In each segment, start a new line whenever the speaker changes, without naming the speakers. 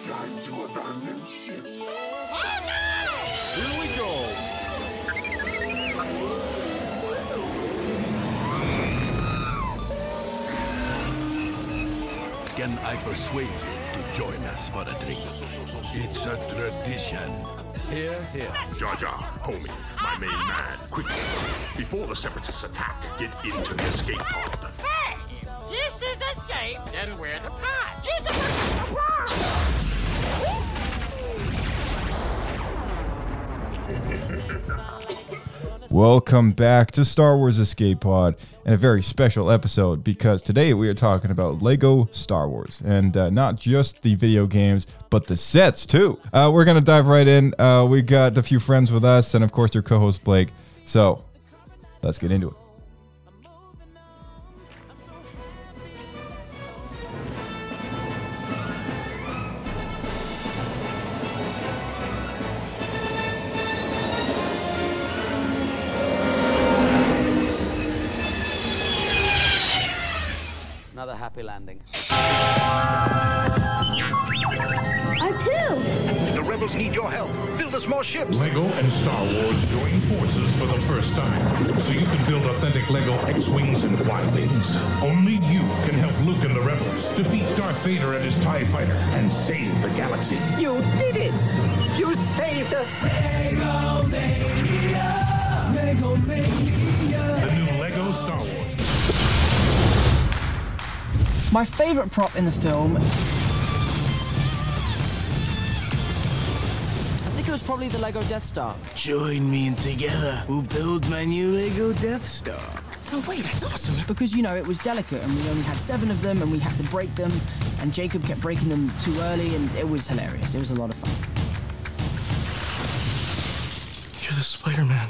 time to abandon ship.
Here we go.
Can I persuade you to join us for a drink? It's a tradition.
Here, here.
Jar Jar, homie, my main man, quickly, before the Separatists attack, get into the escape pod.
Hey! This is Escape, and we're the Pods. It's a fucking surprise!
Welcome back to Star Wars Escape Pod and a very special episode because today we are talking about Lego Star Wars and uh, not just the video games but the sets too. Uh, we're gonna dive right in. Uh, we got a few friends with us and of course your co-host Blake. So let's get into it.
Another happy landing.
The rebels need your help. Build us more ships.
Lego and Star Wars join forces for the first time, so you can build authentic Lego X-Wings and Y-Wings. Only you can help Luke and the rebels defeat Darth Vader and his TIE fighter and save the galaxy.
You did it. You saved us.
The new Lego Star Wars.
My favourite prop in the film. I
think it was probably the Lego Death Star.
Join me and together we'll build my new Lego Death Star.
Oh, wait, that's awesome. Because, you know, it was delicate and we only had seven of them and we had to break them. And Jacob kept breaking them too early and it was hilarious. It was a lot of fun.
You're the Spider-Man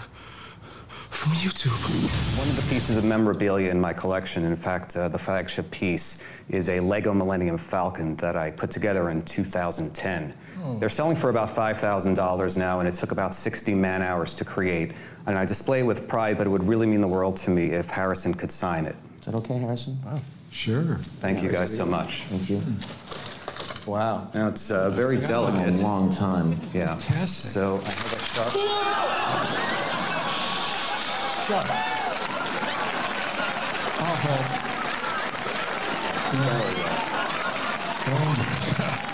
from YouTube.
One of the pieces of memorabilia in my collection, in fact, uh, the flagship piece, is a Lego Millennium Falcon that I put together in 2010.
Hmm.
They're selling for about $5,000 now, and it took about 60 man hours to create. And I display it with pride, but it would really mean the world to me if Harrison could sign it.
Is that okay, Harrison? Wow.
Sure.
Thank you guys so much.
Thank you.
Hmm.
Wow.
Now, it's uh, very delicate.
A long time.
Yeah.
Fantastic.
So I have a sharp.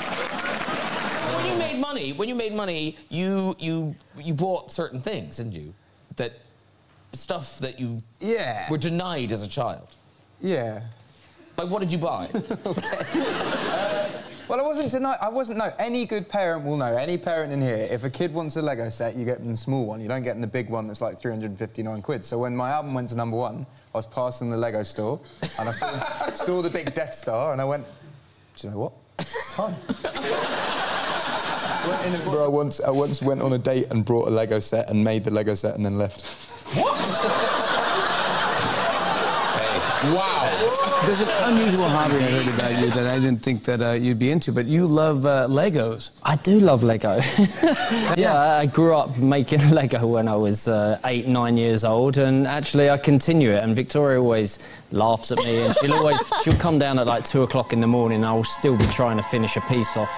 When you made money, when you made money, you you you bought certain things, didn't you? That stuff that you
Yeah.
were denied as a child.
Yeah.
Like what did you buy?
Well, I wasn't denied. I wasn't. No, any good parent will know. Any parent in here, if a kid wants a Lego set, you get them the small one. You don't get them the big one that's like 359 quid. So when my album went to number one, I was passing the Lego store and I saw, saw the big Death Star and I went, do you know what? It's time. Went in and bought- I once, I once went on a date and brought a Lego set and made the Lego set and then left.
wow.
There's an unusual hobby I heard about you that I didn't think that uh, you'd be into, but you love uh, Legos.
I do love Lego. yeah, I grew up making Lego when I was uh, eight, nine years old, and actually I continue it. And Victoria always laughs at me, and she'll always she'll come down at like two o'clock in the morning. And I will still be trying to finish a piece off.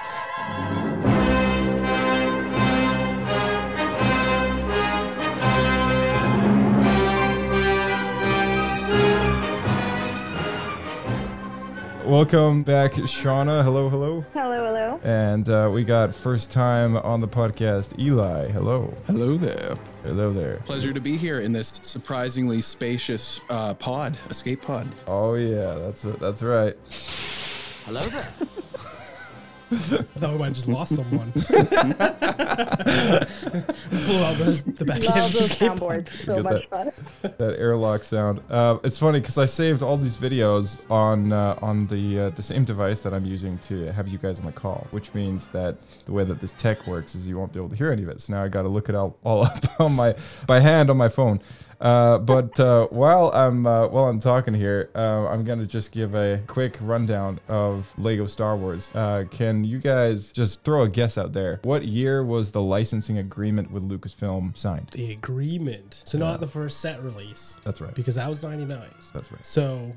Welcome back, Shauna. Hello, hello.
Hello, hello.
And uh, we got first time on the podcast, Eli. Hello,
Hello there.
hello there.
Pleasure to be here in this surprisingly spacious uh, pod, escape pod.
Oh yeah, that's that's right.
Hello there.
Though I just lost someone. Blew out the, the back
Love
end.
those soundboards. So
Get
much fun.
that- that airlock sound. Uh, it's funny because I saved all these videos on uh, on the uh, the same device that I'm using to have you guys on the call, which means that the way that this tech works is you won't be able to hear any of it. So now I got to look it all, all up on my by hand on my phone. Uh, but uh, while I'm uh, while I'm talking here, uh, I'm gonna just give a quick rundown of Lego Star Wars. Uh, can you guys just throw a guess out there? What year was the licensing agreement with Lucasfilm signed?
The agreement. So not the first set release.
That's right.
Because that was 99.
That's right.
So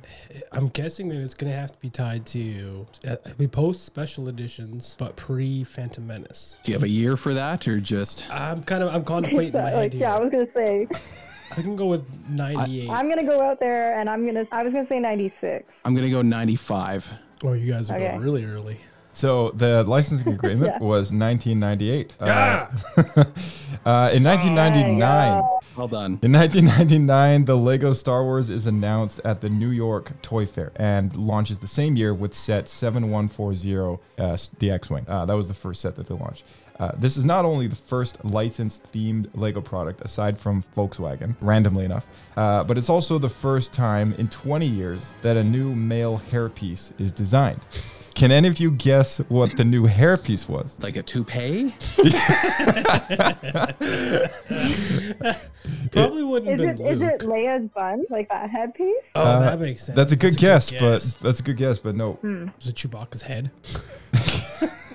I'm guessing that it's going to have to be tied to uh, we post special editions, but pre Phantom Menace.
Do you have a year for that or just?
I'm kind of I'm contemplating in my
Like,
head here.
yeah, I was gonna say.
I can go with 98.
I'm gonna go out there and I'm gonna. I was gonna say 96.
I'm gonna go 95.
oh, you guys are
Okay.
going really early.
So the licensing agreement
Yeah.
was 1998. Uh, uh, in 1999.
Well done.
In 1999, the Lego Star Wars is announced at the New York Toy Fair and launches the same year with set 7140, uh, the X-wing. Uh, that was the first set that they launched. Uh, this is not only the first licensed themed Lego product, aside from Volkswagen, randomly enough, uh, but it's also the first time in 20 years that a new male hairpiece is designed. Can any of you guess what the new hairpiece was?
Like a toupee?
Probably wouldn't
Is
have
it
been
is
Luke.
it Leia's bun like that headpiece?
Oh,
Uh,
that makes sense.
That's a good,
That's
guess,
a good guess.
but that's a good guess, but no.
Hmm.
Was it Chewbacca's head?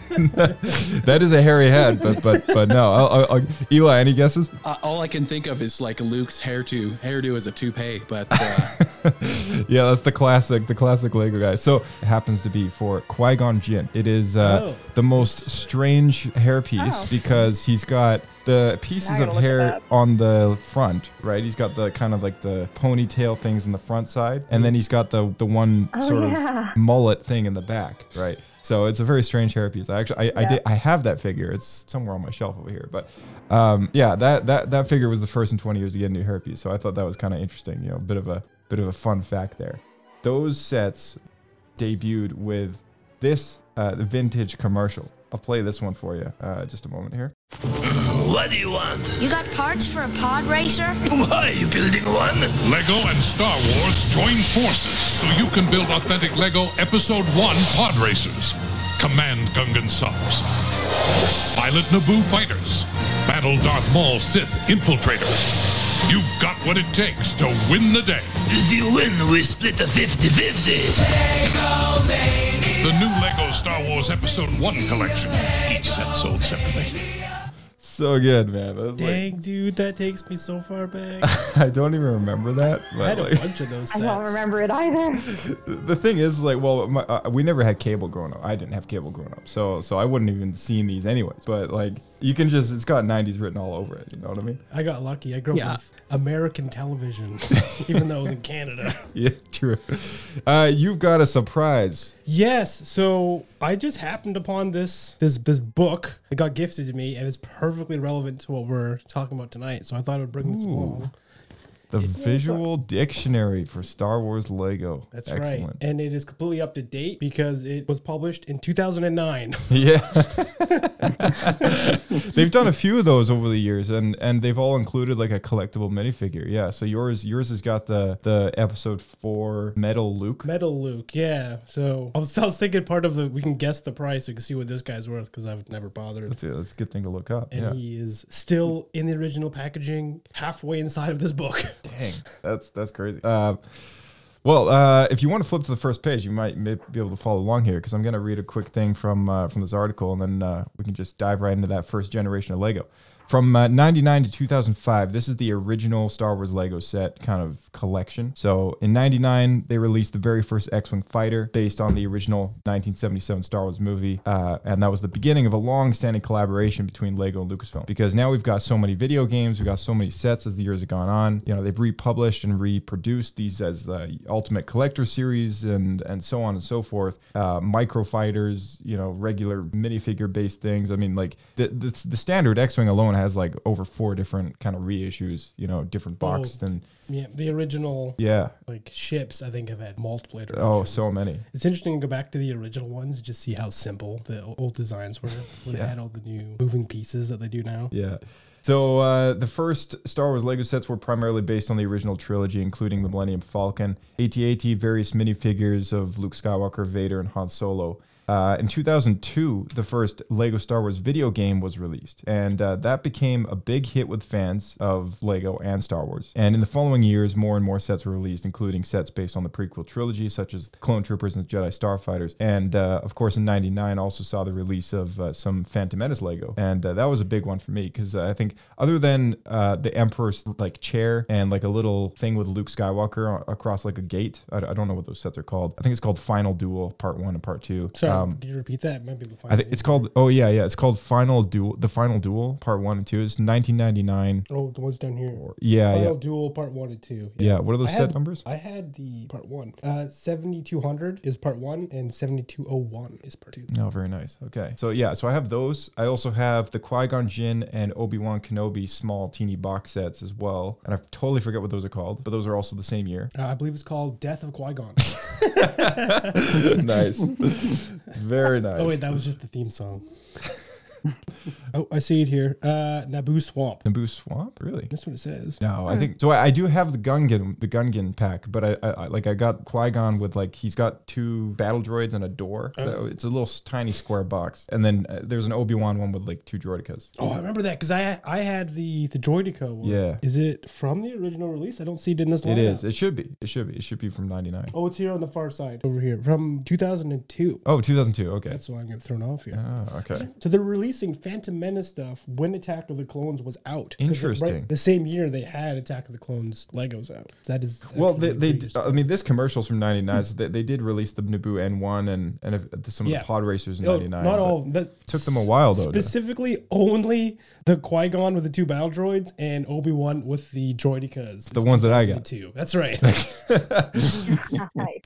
that is a hairy head, but but but no. I'll, I'll, I'll- Eli, any guesses?
Uh, all I can think of is like Luke's hairdo. Hairdo is a toupee, but uh,
Yeah, that's the classic, the classic Lego guy. So it happens to be for Qui Gon Jinn. It is uh,
Oh.
the most strange hairpiece
Oh.
because he's got the pieces
Now I
of
gotta look it
hair
up.
on the front, right? He's got the kind of like the ponytail things in the front side, and then he's got the the one
Oh,
sort
yeah.
of mullet thing in the back, right? So it's a very strange hairpiece. I actually, I, I
Yeah.
did, I have that figure. It's somewhere on my shelf over here. But um, yeah, that, that that figure was the first in 20 years to get a new hairpiece. So I thought that was kind of interesting. You know, bit of a bit of a fun fact there. Those sets debuted with this uh, vintage commercial. I'll play this one for you. Uh, just a moment here.
What do you want?
You got parts for a pod racer?
Why are you building one?
Lego and Star Wars join forces so you can build authentic Lego Episode 1 pod racers. Command Gungan subs. Pilot Naboo fighters. Battle Darth Maul Sith infiltrator. You've got what it takes to win the day.
If you win, we split a 50-50.
The new Lego Star Wars Episode 1 collection. Each set sold separately.
So good, man. That was
Dang, dude, that takes me so far back.
like, I don't even remember that.
I had
But
a
like,
bunch of those
I don't
sets.
remember it either.
the thing is, like, well, my, uh, we never had cable growing up. I didn't have cable growing up, so so I wouldn't even seen these anyways. But like, you can just it's got 90s written all over it. You know what I mean?
I got lucky. I grew
Yeah.
up with American television, even though I was in Canada.
Yeah, true. Uh, you've got a surprise.
Yes, so I just happened upon this this this book that got gifted to me, and it's perfectly relevant to what we're talking about tonight. So I thought I would bring this along.
The visual dictionary for Star Wars Lego.
That's right,
Excellent.
and it is completely up to date because it was published in 2009.
Yeah. they've done a few of those over the years and and they've all included like a collectible minifigure. Yeah. So yours yours has got the the episode 4 metal Luke.
Metal Luke, yeah. So I was, I was thinking part of the we can guess the price, we can see what this guy's worth because I've never bothered.
That's a, that's a good thing to look up.
And
yeah.
he is still in the original packaging, halfway inside of this book.
Dang, that's that's crazy. Uh, well, uh, if you want to flip to the first page, you might may be able to follow along here because I'm going to read a quick thing from uh, from this article, and then uh, we can just dive right into that first generation of Lego. From uh, 99 to 2005, this is the original Star Wars Lego set kind of collection. So in 99, they released the very first X Wing fighter based on the original 1977 Star Wars movie. Uh, and that was the beginning of a long standing collaboration between Lego and Lucasfilm because now we've got so many video games, we've got so many sets as the years have gone on. You know, they've republished and reproduced these as the Ultimate Collector series and, and so on and so forth. Uh, micro fighters, you know, regular minifigure based things. I mean, like the, the, the standard X Wing alone has like over four different kind of reissues, you know, different boxed and
Yeah, the original.
Yeah.
Like ships, I think have had multiple iterations.
oh, so many.
It's interesting to go back to the original ones, just see how simple the o- old designs were when
Yeah.
they had all the new moving pieces that they do now.
Yeah. So uh, the first Star Wars Lego sets were primarily based on the original trilogy, including the Millennium Falcon, AT-AT, various minifigures of Luke Skywalker, Vader, and Han Solo. Uh, in 2002, the first Lego Star Wars video game was released, and uh, that became a big hit with fans of Lego and Star Wars. And in the following years, more and more sets were released, including sets based on the prequel trilogy, such as Clone Troopers and the Jedi Starfighters. And uh, of course, in '99, also saw the release of uh, some Phantom Menace Lego, and uh, that was a big one for me because I think other than uh, the Emperor's like chair and like a little thing with Luke Skywalker a- across like a gate, I, I don't know what those sets are called. I think it's called Final Duel Part One and Part Two.
Sorry,
Um,
can you repeat that? It might be the final.
I think it's called. Oh yeah, yeah. It's called Final Duel. The Final Duel Part One and Two. It's 1999.
Oh, the ones down here. Oh,
yeah,
Final
yeah.
Duel Part One and Two.
Yeah, what are those
I
set
had-
numbers?
I had the Part One. Uh, seventy-two hundred is Part One, and seventy-two oh one is Part Two.
No, Oh, very nice. Okay. So yeah, so I have those. I also have the Qui-Gon Jinn and Obi-Wan Kenobi small teeny box sets as well. And I totally forget what those are called, but those are also the same year.
Uh, I believe it's called Death of Qui Gon.
nice. very nice.
Oh wait, that was just the theme song. oh, I see it here. Uh, Naboo Swamp.
Naboo Swamp? Really?
That's what it says.
No, I think so. I, I do have the Gungan, the Gungan pack, but I, I, I like I got Qui Gon with like he's got two battle droids and a door.
Oh.
It's a little s- tiny square box, and then uh, there's an Obi Wan one with like two droidicas.
Oh, I remember that because I I had the the Droidico one.
Yeah.
Is it from the original release? I don't see it in this lineup.
It is. It should be. It should be. It should be from '99.
Oh, it's here on the far side over here from 2002.
Oh, 2002. Okay.
That's why I'm getting thrown off here.
Oh, okay.
So they're releasing Phantom Menace stuff when Attack of the Clones was out. 'Cause the- right-
Interesting.
the same year they had Attack of the Clones Legos out. That is
Well, they, they d- I mean, this commercial's from '99, so they, they did release the Naboo N1 and and if- some of
Yeah.
the Pod Racers in
No,
'99.
Not
but
all. of them. That
took them a while though. to-
Specifically, only the Qui Gon with the two battle droids and Obi Wan with the droidicas.
The ones that I got.
Two. That's right.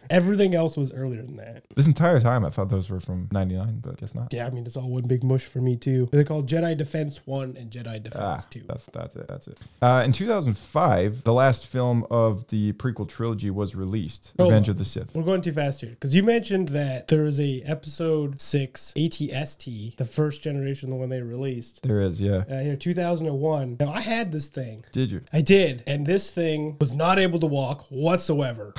Everything else was earlier than that.
This entire time, I thought those were from '99, but guess not.
Yeah, I mean it's all one big mush for me too. They're called Jedi Defense One and Jedi Defense
Ah,
Two.
That's that's it. That's it. Uh, in 2005, the last film of the prequel trilogy was released,
Oh,
Revenge of the Sith.
We're going too fast here because you mentioned that there is a episode six ATST, the first generation, the one they released.
There is, yeah.
Uh, here, 2001. Now I had this thing.
Did you?
I did, and this thing was not able to walk whatsoever.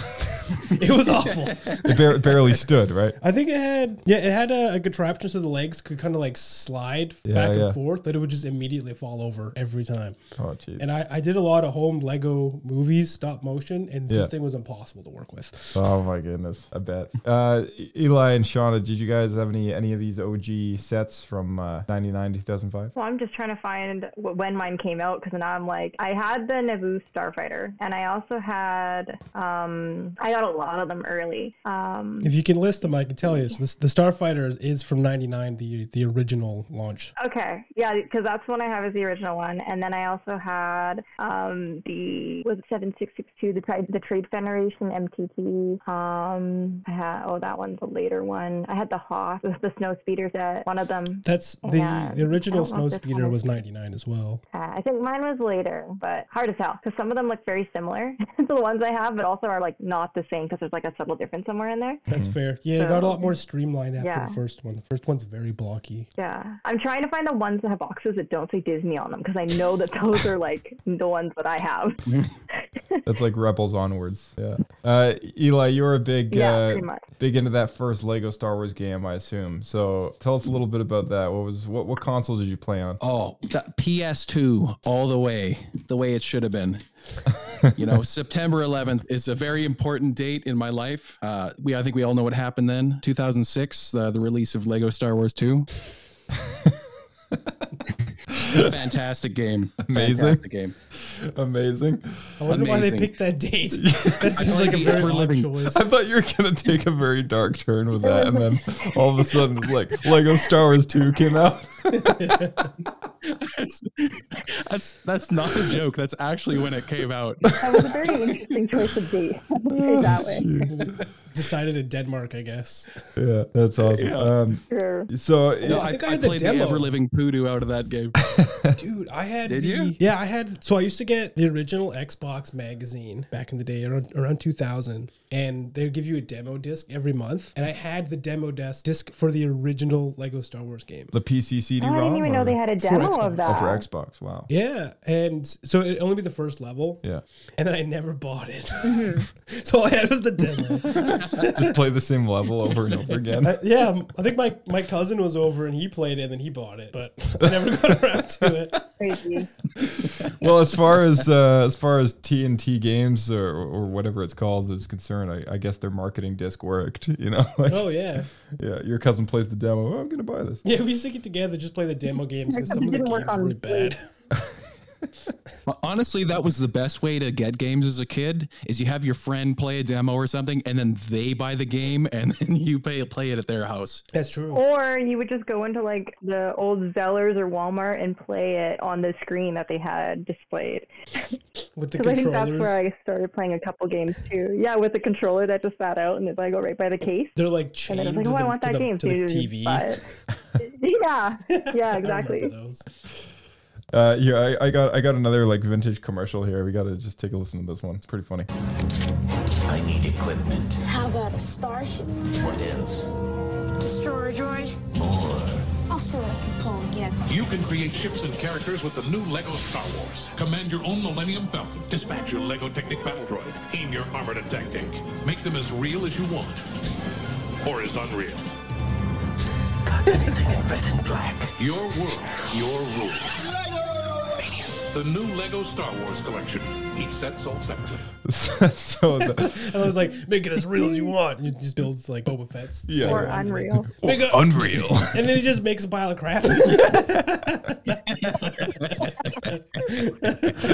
it was awful.
It bar- barely stood, right?
I think it had yeah, it had a, a contraption so the legs could kind of like slide
Yeah,
back
yeah.
and forth, that it would just immediately fall over every time.
Oh, jeez.
And I, I did a lot of home Lego movies, stop motion, and
Yeah.
this thing was impossible to work with.
Oh my goodness! I bet. Uh, Eli and Shauna, did you guys have any any of these OG sets from uh, '99 2005?
Well, I'm just trying to find wh- when mine came out because now I'm like, I had the Naboo Starfighter, and I also had, um, I got a lot of them early. Um,
If you can list them, I can tell you. So this, the Starfighter is from '99, the the original launch.
Okay, yeah, because that's one I have is the original one, and then I also had um, the was it seven six six two the trade the Trade Federation MTT. Um, I had oh that one's a later one. I had the Hoth, the, the snow speeder set, one of them.
That's the
And
the original
I don't know if this
Snowspeeder
one
was
is-
'99 as well.
Uh, I think mine was later, but hard to tell because some of them look very similar to the ones I have, but also are like not the same because there's like a subtle difference somewhere in there.
Mm-hmm.
That's fair. Yeah, it got a
So-
lot more streamlined after
Yeah.
the first one. The first one's very blocky.
Yeah, I'm trying to find the ones that have boxes that don't say Disney on them because I know that those are like the ones that I have.
That's like Rebels onwards. Yeah. Uh, Eli, you're a big
Yeah,
uh,
pretty much.
big into that first Lego Star Wars game, I assume. So tell us a little bit about that. What was what what console did you play on?
Oh, that PS2 all the way, the way it should have been. you know, September 11th is a very important date in my life. Uh, we, I think we all know what happened then. 2006, uh, the release of Lego Star Wars 2. Fantastic game.
Amazing.
Fantastic game.
Amazing.
I wonder why they
Amazing.
picked that date. That seems like a
think
very
we're
odd
living-
choice.
I thought you were gonna take a very dark turn with that, and then all of a sudden, it's like Lego Star Wars Two came out.
that's, that's that's not a joke. That's actually when it came out.
That was a very interesting choice of date. Say it that way.
Decided in Denmark, I guess.
Yeah, that's awesome.
Yeah.
Um, so
No, I
I,
think I
I
had the
played the,
demo.
ever living poodoo out of that game.
Dude, I had
Did
the-
you?
Yeah, I had so I used to get the original Xbox magazine back in the day around, around 2000 and they would give you a demo disc every month and I had the demo disc disc for the original Lego Star Wars game.
The PC CD.
Oh, I didn't even know they had a
For
demo of
Oh,
that.
for Xbox. Wow.
Yeah, and so it only be the first level
Yeah.
Mm-hmm. and I never bought it. so all I had was the demo.
Just play the same level over and over again.
I- yeah, I think my, my cousin was over and he played it and then he bought it, but I never got around to it.
Crazy.
well, as far as uh, as far as TNT games or, or whatever it's called is concerned, I, I guess their marketing disc worked. You know, like,
Oh, yeah.
yeah. Your cousin plays the demo. Oh, I'm gonna buy this.
Yeah, we used to get together, just play the demo games because
It
some of the
didn't
games
work
were
on
really bad.
Well, Honestly, that was the best way to get games as a kid. Is you have your friend play a demo or something, and then they buy the game, and then you pay, play it at their house.
That's true.
Or you would just go into like the old Zellers or Walmart and play it on the screen that they had displayed.
With the
Because I think that's where
controllers.
I started playing a couple games too. Yeah, with the controller that just sat out and it's like go right by the case.
They're like
And
chained
then I was like,
to
oh, I
the-
want
to
that
the-
game.
to
so
the
you just
TV.
buy it. yeah, yeah, exactly.
Uh, yeah, I, I got I got another like vintage commercial here. We gotta just take a listen to this one. It's pretty funny.
I need equipment.
How about a starship?
What else?
Destroyer droid? I'll see what I can pull together.
You can create ships and characters with the new LEGO Star Wars. Command your own Millennium Falcon. Dispatch your LEGO Technic Battle Droid. Aim your armored attack tank. Make them as real as you want. Or as unreal.
Anything in red and black.
Your world, your rules. The new LEGO Star Wars collection. Each set sold separately.
so the,
And I was like, make it as real as you want. And you just builds like Boba Fett's.
Yeah. Or
Unreal.
Make it-
Unreal.
And then he just makes a pile of crap.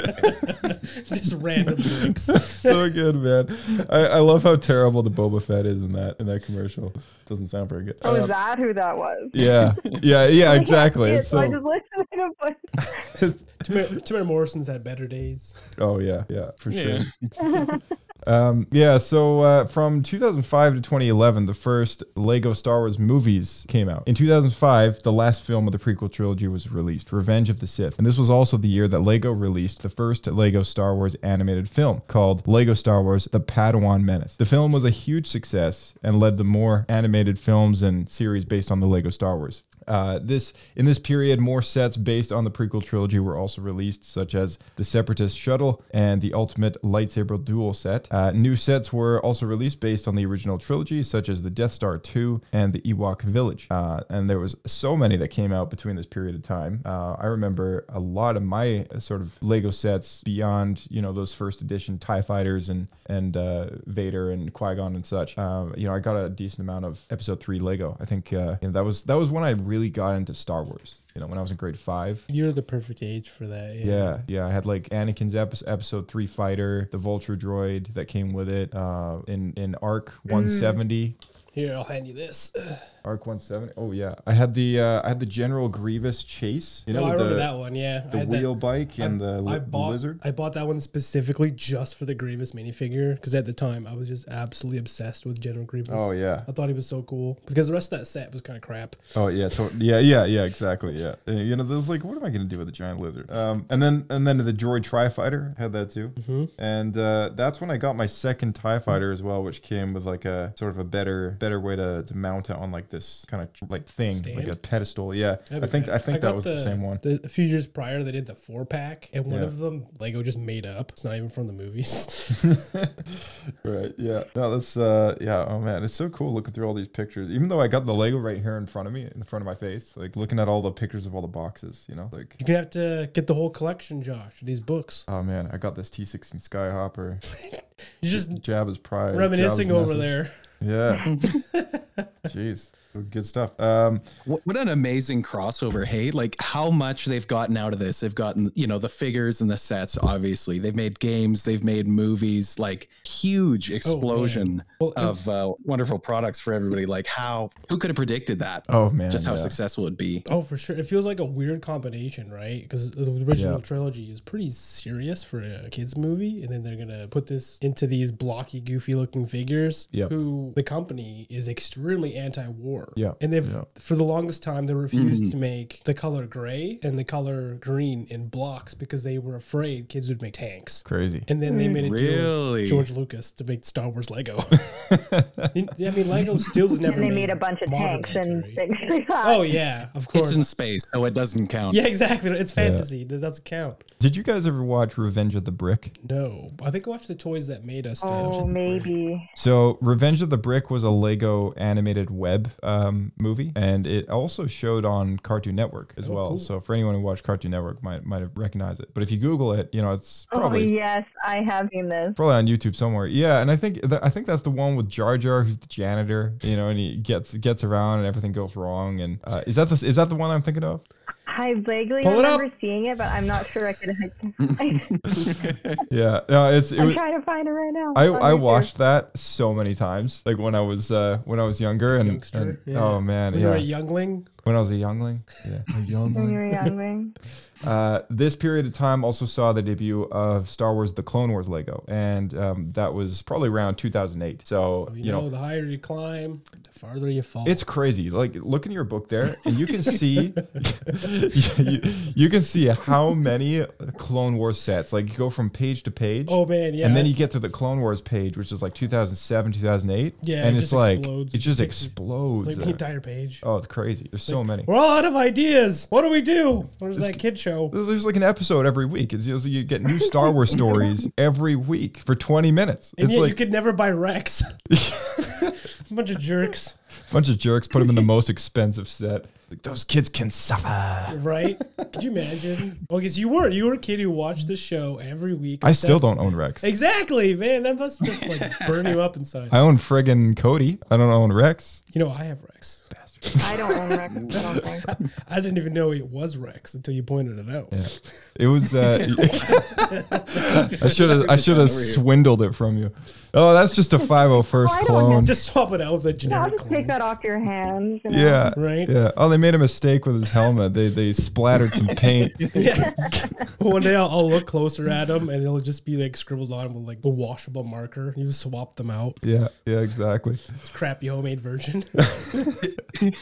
just random drinks.
so good, man. I, I love how terrible the Boba Fett is in that in that commercial. Doesn't sound very good.
Oh,
Uh,
is that who that was?
yeah, yeah, yeah,
I can't
exactly.
see it,
It's
so I
so-
just looked at him, but
Tamara, Tamara Morrison's had better days.
Oh yeah, yeah, for
Yeah.
sure. um, yeah. So uh, from 2005 to 2011, the first Lego Star Wars movies came out. In 2005, the last film of the prequel trilogy was released, Revenge of the Sith, and this was also the year that Lego released the first Lego Star Wars animated film called Lego Star Wars: The Padawan Menace. The film was a huge success and led to more animated films and series based on the Lego Star Wars. Uh, this in this period, more sets based on the prequel trilogy were also released, such as the Separatist shuttle and the Ultimate Lightsaber Duel set. Uh, new sets were also released based on the original trilogy, such as the Death Star 2 and the Ewok Village. Uh, and there was so many that came out between this period of time. Uh, I remember a lot of my uh, sort of Lego sets beyond you know those first edition Tie Fighters and and uh, Vader and Qui Gon and such. Um, you know, I got a decent amount of Episode Three Lego. I think uh, you know, that was that was when I really got into Star Wars. You know, when I was in grade five.
You're the perfect age for that. Yeah.
Yeah, yeah. I had like Anakin's episode, episode three fighter, the Vulture droid that came with it, uh, in in Arc
Mm.
one seventy.
Here, I'll hand you this.
Arc 170. Oh yeah, I had the uh, I had the General Grievous chase. You know,
oh, I
with
remember
the-
that one. Yeah, I
the
had that-
wheel bike
I-
and the, li-
I bought,
lizard.
I bought that one specifically just for the Grievous minifigure because at the time I was just absolutely obsessed with General Grievous.
Oh, yeah.
I thought he was so cool because the rest of that set was kind of crap.
Oh yeah, so yeah, yeah, yeah, exactly. Yeah, Uh, you know, there's like, what am I gonna do with a giant lizard? Um, and then and then the droid Tri Fighter had that too,
Mhm.
and uh, that's when I got my second Tie Fighter as well, which came with like a sort of a better better way to, to mount it on like this kind of like thing, like
Stand?
a pedestal. Yeah,
That'd be
I think
rad.
I think that
got
was the, same one.
the- a few years prior, they did the four pack, and one
Yeah.
of them Lego just made up. It's not even from the movies.
Right. Yeah. No, that's uh yeah, oh man, it's so cool looking through all these pictures. Even though I got the Lego right here in front of me, in front of my face, like looking at all the pictures of all the boxes, you know? Like
You're gonna have to get the whole collection, Josh. These books.
oh man, I got this T sixteen Skyhopper.
You're just
Jabba's prize.
reminiscing
Jabba's
over
message. Yeah. Jeez. Good stuff. Um,
what, what an amazing crossover! Hey, like how much they've gotten out of this? They've gotten you know the figures and the sets. Obviously, they've made games, they've made movies. Like
Oh,
huge explosion
Well, and-
of uh, wonderful products for everybody. Like how who could have predicted that?
Oh, man,
just how
yeah.
successful it'd be.
Oh, for sure. It feels like a weird combination, right? Because the original
Yeah.
trilogy is pretty serious for a kids movie, and then they're gonna put this into these blocky, goofy looking figures.
Yep.
Who the company is extremely anti-war. four.
Yeah,
and they've
yeah.
for the longest time they refused
Mm-hmm.
Mhm.
to make the color gray and the color green in blocks because they were afraid kids would make tanks.
Crazy.
And then they
Mm.
made a deal
Really?
with George Lucas to make Star Wars Lego. I mean, Lego still has never
and they
made
made a bunch of
modern
tanks and things like that.
Oh yeah, of course.
It's in space, so it doesn't count.
yeah, exactly. It's
Yeah.
fantasy. It doesn't count.
Did you guys ever watch Revenge of the Brick?
No, I think I watched the toys that made us.
Oh, maybe.
So, Revenge of the Brick was a Lego animated web um, movie, and it also showed on Cartoon Network as
Oh,
well.
cool.
So, for anyone who watched Cartoon Network, might might have recognized it. But if you Google it, you know it's
Oh
probably
yes, I have seen this.
probably on YouTube somewhere. Yeah, and I think th- I think that's the one with Jar Jar, who's the janitor, you know, and he gets gets around and everything goes wrong. And uh, is that the is that the one I'm thinking of?
I vaguely
Pull it up.
remember seeing it, but I'm not sure I could. I,
Yeah, no, it's it
I'm
was.
trying to find it right now.
I,
on
I
YouTube.
watched that so many times, like when I was uh, when I was younger and, and-
yeah.
oh man,
When you
yeah.
were a youngling?
When I was a youngling, yeah, a
When you were
youngling.
young.
Uh, this period of time also saw the debut of Star Wars: The Clone Wars Lego, and um, that was probably around 2008. So
You,
you
know,
know,
the higher you climb, the farther you fall.
It's crazy. Like look in your book there, and you can see you, you can see how many Clone Wars sets. Like you go from page to page.
Oh, man, yeah.
And then you get to the Clone Wars page, which is like 2007, 2008.
Yeah,
and
it
it's
just
like
explodes.
it
It
just
takes-
explodes.
like the
there.
entire page.
Oh, it's crazy. There's so
Like,
many.
We're all out of ideas. What do we do? What is
It's-
that kid show?
There's, there's like an episode every week. It's, it's- you get new Star Wars stories every week for 20 minutes.
And
it's
yet
like
you could never buy Rex. a bunch of jerks,
bunch of jerks put them in the most expensive set. Like those kids can suffer.
right? Could you imagine? Well, because you were you were a kid who watched the show every week.
I still
That's-
don't own Rex.
Exactly, man. That must just like burn you up inside.
I own friggin' Cody. I don't own Rex.
You know, I have Rex.
I don't own Rex. I don't think.
I didn't even know it was Rex until you pointed it out.
Yeah. It was. Uh, I should have. I should have swindled it from you. Oh, that's just a 501st clone.
Just swap it out with a
No, I'll
generic
just take that off your hands. you know.
yeah.
Right?
Yeah. Oh, they made a mistake with his helmet. They they splattered some paint.
One day I'll, I'll look closer at him and it'll just be like scribbled on with like the washable marker. You swap them out.
Yeah. Yeah. Exactly.
It's crappy homemade version.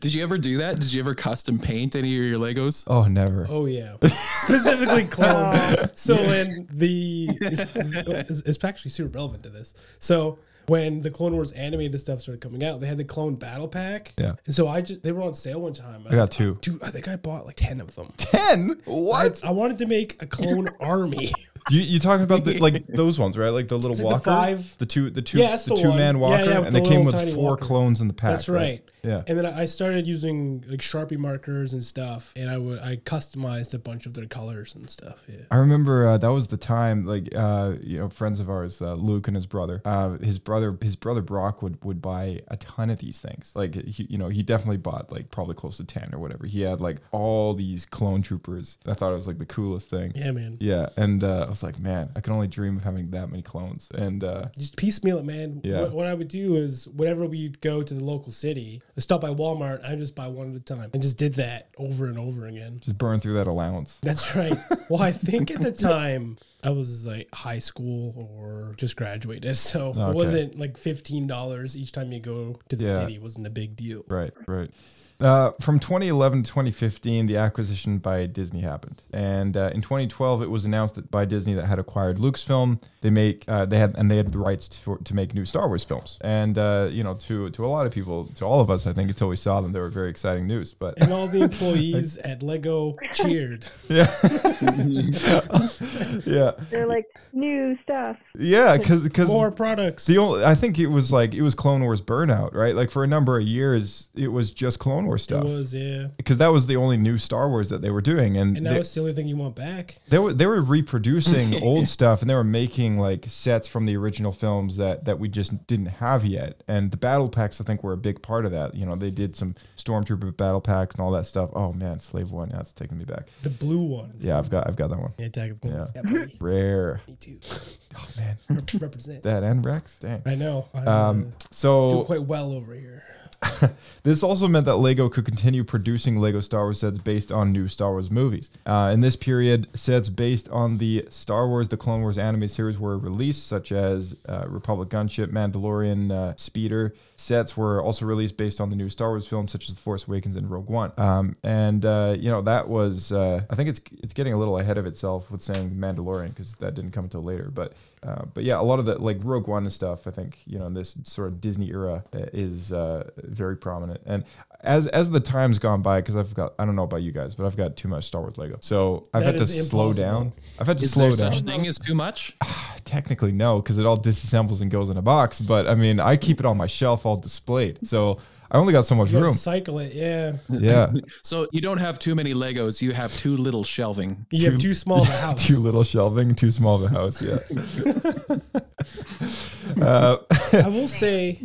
Did you ever do that? Did you ever custom paint any of your Legos?
Oh, never.
oh yeah, specifically clones. So when the it's, it's actually super relevant to this. So when the Clone Wars animated stuff started coming out, they had the Clone Battle Pack.
Yeah.
And so I just they were on sale one time.
I got two.
Dude, I think I bought like ten of them.
Ten? What?
I, I wanted to make a clone army.
You you talking about the, like those ones, right? Like the little
It's like the
walker,
five-
the two the two
Yeah, that's
the
the
two man
one. Yeah,
walker,
yeah, with
and
the
they
little
came with
tiny
four
walker.
clones in the pack.
That's right.
Yeah.
And then I started using like Sharpie markers and stuff, and I would I customized a bunch of their colors and stuff. Yeah.
I remember uh, that was the time, like uh, you know, friends of ours, uh, Luke and his brother. Uh, his brother, his brother Brock would would buy a ton of these things. Like he, you know, he definitely bought like probably close to ten or whatever. He had like all these clone troopers. I thought it was like the coolest thing.
Yeah, man.
Yeah, and uh, I was like, man, I can only dream of having that many clones. And uh,
Just piecemeal it, man.
Yeah.
What, what I would do is whenever we'd go to the local city, I stop by Walmart, I just buy one at a time, and just did that over and over again.
just burn through that allowance.
That's right. well, I think at the time I was like high school or just graduated, so
Okay.
it wasn't like fifteen dollars each time you go to the
Yeah.
city wasn't a big deal.
Right, right. Uh, from 2011 to 2015, the acquisition by Disney happened, and uh, in 2012, it was announced that by Disney that had acquired Lucasfilm. They make uh, they had and they had the rights to, to make new Star Wars films, and uh, you know to to a lot of people, to all of us, I think until we saw them, they were very exciting news. But
And all the employees at Lego cheered.
yeah, yeah,
They're like new stuff.
Yeah, because because
More products.
The only I think it was like it was Clone Wars burnout, right? Like for a number of years, it was just Clone Wars
It
stuff
was, yeah.
because that was the only new Star Wars that they were doing, and,
And now
they,
it's the only thing you want back.
they were they were reproducing old stuff, and they were making like sets from the original films that that we just didn't have yet. And the battle packs, I think, were a big part of that. You know, they did some stormtrooper battle packs and all that stuff. Oh man, Slave One, that's taking me back.
The blue one.
Yeah, I've got I've got that one.
Yeah, Attack of the Clones.
Yeah.
Yeah, buddy.
rare.
Me too.
Oh man,
Rep- represent.
that and Rex. Dang.
I know. I
Um,
know.
so
Doing quite well over here.
This also meant that LEGO could continue producing LEGO Star Wars sets based on new Star Wars movies. Uh, in this period, sets based on the Star Wars The Clone Wars anime series were released, such as uh, Republic Gunship, Mandalorian, uh, Speeder. Sets were also released based on the new Star Wars films, such as The Force Awakens and Rogue One. Um, and, uh, you know, that was, uh, I think it's it's getting a little ahead of itself with saying Mandalorian, because that didn't come until later. But, uh, but yeah, a lot of the, like Rogue One and stuff, I think, you know, in this sort of Disney era uh, is uh, very prominent. And as as the time's gone by, because I've got, I don't know about you guys, but I've got too much Star Wars Lego. So I've
That
had to
is
slow
impossible.
down. I've had to
Is
slow
there
down.
such thing as too much?
Technically, no, because it all disassembles and goes in a box. But I mean, I keep it on my shelf, all displayed. So I only got so much
You gotta
room.
cycle it, yeah.
Yeah.
so you don't have too many Legos. You have too little shelving.
You have too small of a house.
too little shelving, too small of a house. Yeah. uh,
I will say,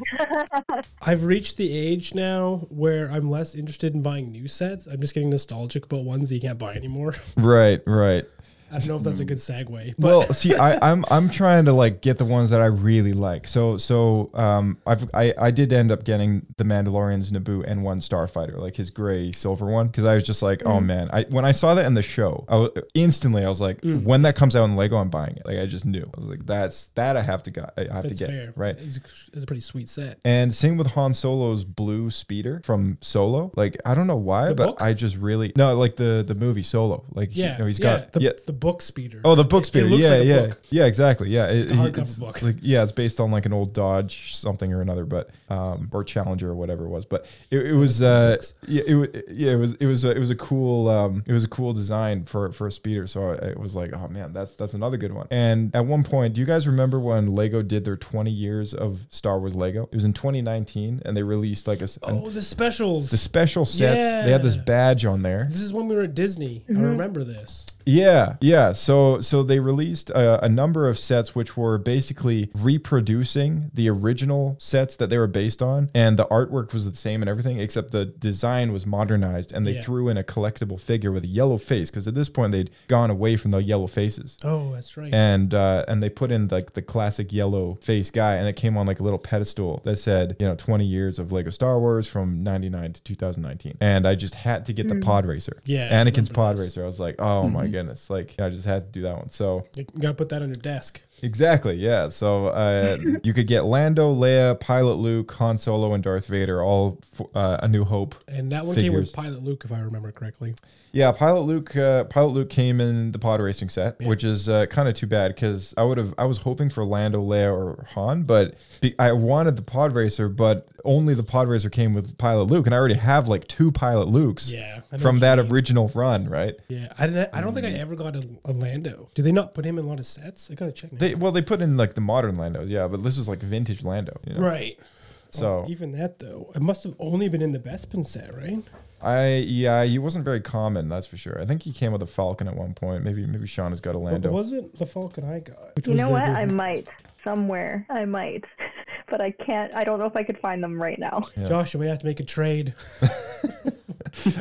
I've reached the age now where I'm less interested in buying new sets. I'm just getting nostalgic about ones that you can't buy anymore.
right. Right.
I don't know if that's a good segue. But
Well, see, I, I'm I'm trying to like get the ones that I really like. So so um, I've I, I did end up getting the Mandalorian's Naboo and one Starfighter, like his gray silver one, because I was just like, oh
Mm.
Mhm.
man, I when I saw that in the show, I was, instantly I was like,
Mm.
when that comes out in Lego, I'm buying it. Like I just knew. I was like, that's that I have to got I have
that's
to get
fair.
right.
It's a, it's a pretty sweet set.
And same with Han Solo's blue speeder from Solo. Like I don't know why,
The
but
book?
I just really no like the the movie Solo. Like he-
Yeah,
you know, he's
yeah,
got
the-
yeah.
the book speeder.
Oh, the
It-
book
it
speeder.
looks
yeah,
like a
yeah,
book.
yeah. Exactly. Yeah, it,
The hardcover
it's
book.
like yeah, it's based on like an old Dodge something or another, but um or Challenger or whatever it was. But it, it was uh yeah it, wa- yeah it was it was a, it was a cool um it was a cool design for for a speeder. So I, it was like oh man that's that's another good one. And at one point, do you guys remember when Lego did their 20 years of Star Wars Lego? It was in 2019, and they released like a s- an-
Oh, the specials.
the special sets. They had this
Yeah.
badge on there.
This is when we were at Disney.
Mm-hmm.
I remember this.
Yeah, yeah. So so they released a, a number of sets which were basically reproducing the original sets that they were based on, and the artwork was the same and everything, except the design was modernized, and they
Yeah.
threw in a collectible figure with a yellow face because at this point they'd gone away from the yellow faces.
Oh, that's right.
And uh, and they put in like the classic yellow face guy, and it came on like a little pedestal that said, you know, 20 years of Lego Star Wars from 99 to 2019. And I just had to get the
Mm.
pod racer,
Yeah, I
Anakin's
remember
pod
this.
racer. I was like, oh my
Mhm.
goodness, like I just had to do that one. So
You gotta put that on your desk.
exactly, yeah. So uh, you could get Lando, Leia, Pilot Luke, Han Solo, and Darth Vader, all f- uh, a New Hope,
And that one came with Pilot Luke, if I remember correctly.
yeah, Pilot Luke. Uh, Pilot Luke came in the pod racing set, which is uh, kind of too bad because I would have. I was hoping for Lando, Leia, or Han, but the, I wanted the pod racer, but only the pod racer came with Pilot Luke, and I already have like two Pilot Lukes.
Yeah, Hmm. I know
from
what
that original run, right?
Yeah, I didn't. I don't think I ever got a, a Lando. Do they not put him in a lot of sets? I gotta check. now.
They well, they put in like the modern Lando, yeah, but this is like vintage Lando, you know?
Right.
So
even that though, it must have only been in the Bespin set, right?
I yeah, he wasn't very common, that's for sure. I think he came with a Falcon at one point. Maybe maybe Sean has got a Lando.
What was it? The Falcon I got.
you know what? I might somewhere. I might, but I can't. I don't know if I could find them right now.
Yeah.
Josh, we have to make a trade.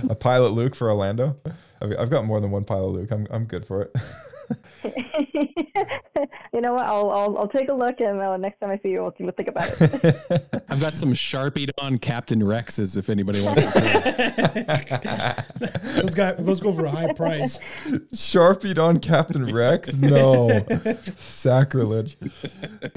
a pilot Luke for Orlando. I've, I've got more than one pilot Luke. I'm, I'm good for it.
you know what? I'll, I'll I'll take a look, and uh, next time I see you, we'll, we'll think about it.
I've got some Sharpie on Captain Rexes if anybody wants to.
Those guy, those go for a high price.
Sharpied on Captain Rex? No. Sacrilege.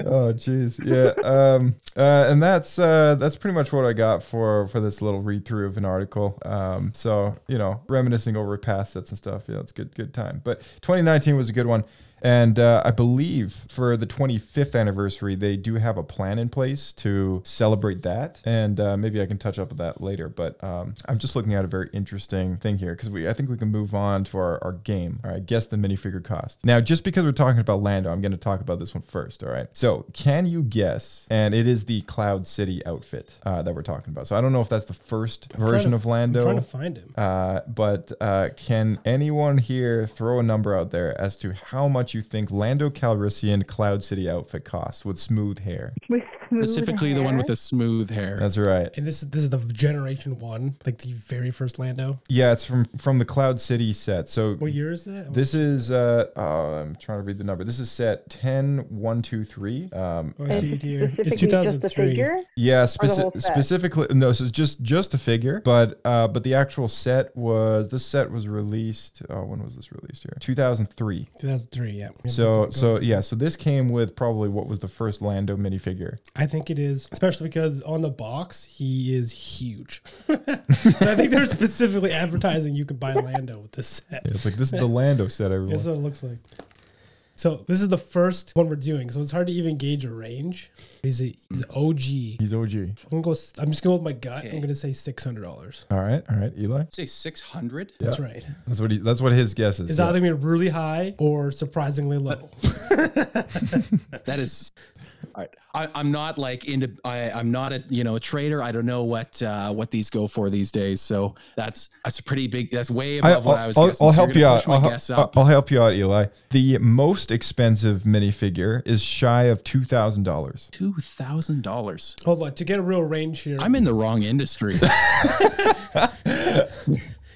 Oh jeez. Yeah. Um uh, and that's uh that's pretty much what I got for for this little read through of an article. Um so, you know, reminiscing over past sets and stuff. Yeah, it's good good time. But 2019 was a good one. And uh, I believe for the 25th anniversary, they do have a plan in place to celebrate that. And uh, maybe I can touch up on that later. But um, I'm just looking at a very interesting thing here because we I think we can move on to our, our game. All right, guess the minifigure cost. Now, just because we're talking about Lando, I'm going to talk about this one first. All right. So, can you guess? And it is the Cloud City outfit uh, that we're talking about. So, I don't know if that's the 1st
trying
version
to-
of Lando.
I'm trying to find him.
Uh, but uh, can anyone here throw a number out there as to how much you think Lando Calrissian Cloud City outfit costs with smooth hair?
With smooth
Specifically the one with
hair.
the smooth hair.
That's right.
And this is this is the generation one, like the very first Lando.
Yeah, it's from from the Cloud City set. So
What year is that?
This is uh, oh, I'm trying to read the number. This is set 10 123. Um
Oh, I see it here. It's
Specifically just the
2003.
figure?
yeah,
Or the
speci-
whole set?
specifically no, so it's just just the figure, but uh but the actual set was this set was released oh, when was this released here? 2003.
2003. Yeah.
So so yeah, so this came with probably what was the first Lando minifigure.
I think it is, especially because on the box he is huge. so I think they're specifically advertising you can buy Lando with this set.
It's like this is the Lando set everyone.
That's what it looks like. So this is the first one we're doing, so it's hard to even gauge a range. He's a, he's a OG.
He's OG.
I'm gonna go. s- I'm just gonna hold my gut. I'm gonna say six hundred dollars.
All right, all right, Eli.
Say 600?
That's right.
That's what he, that's what his guess is.
It's
yeah.
either gonna be really high or surprisingly low.
that is all right. I, i'm not like into I, i'm not a you know a trader i don't know what uh what these go for these days so that's that's a pretty big that's way above what i was guessing.
I'll
So you're
help
gonna
you
push
out.
my
I'll,
guess
hel- uh,
up.
I'll help you out, Eli. The most expensive minifigure is shy of two thousand dollars.
Two thousand dollars.
Hold on, to get a real range here,
i'm in the wrong industry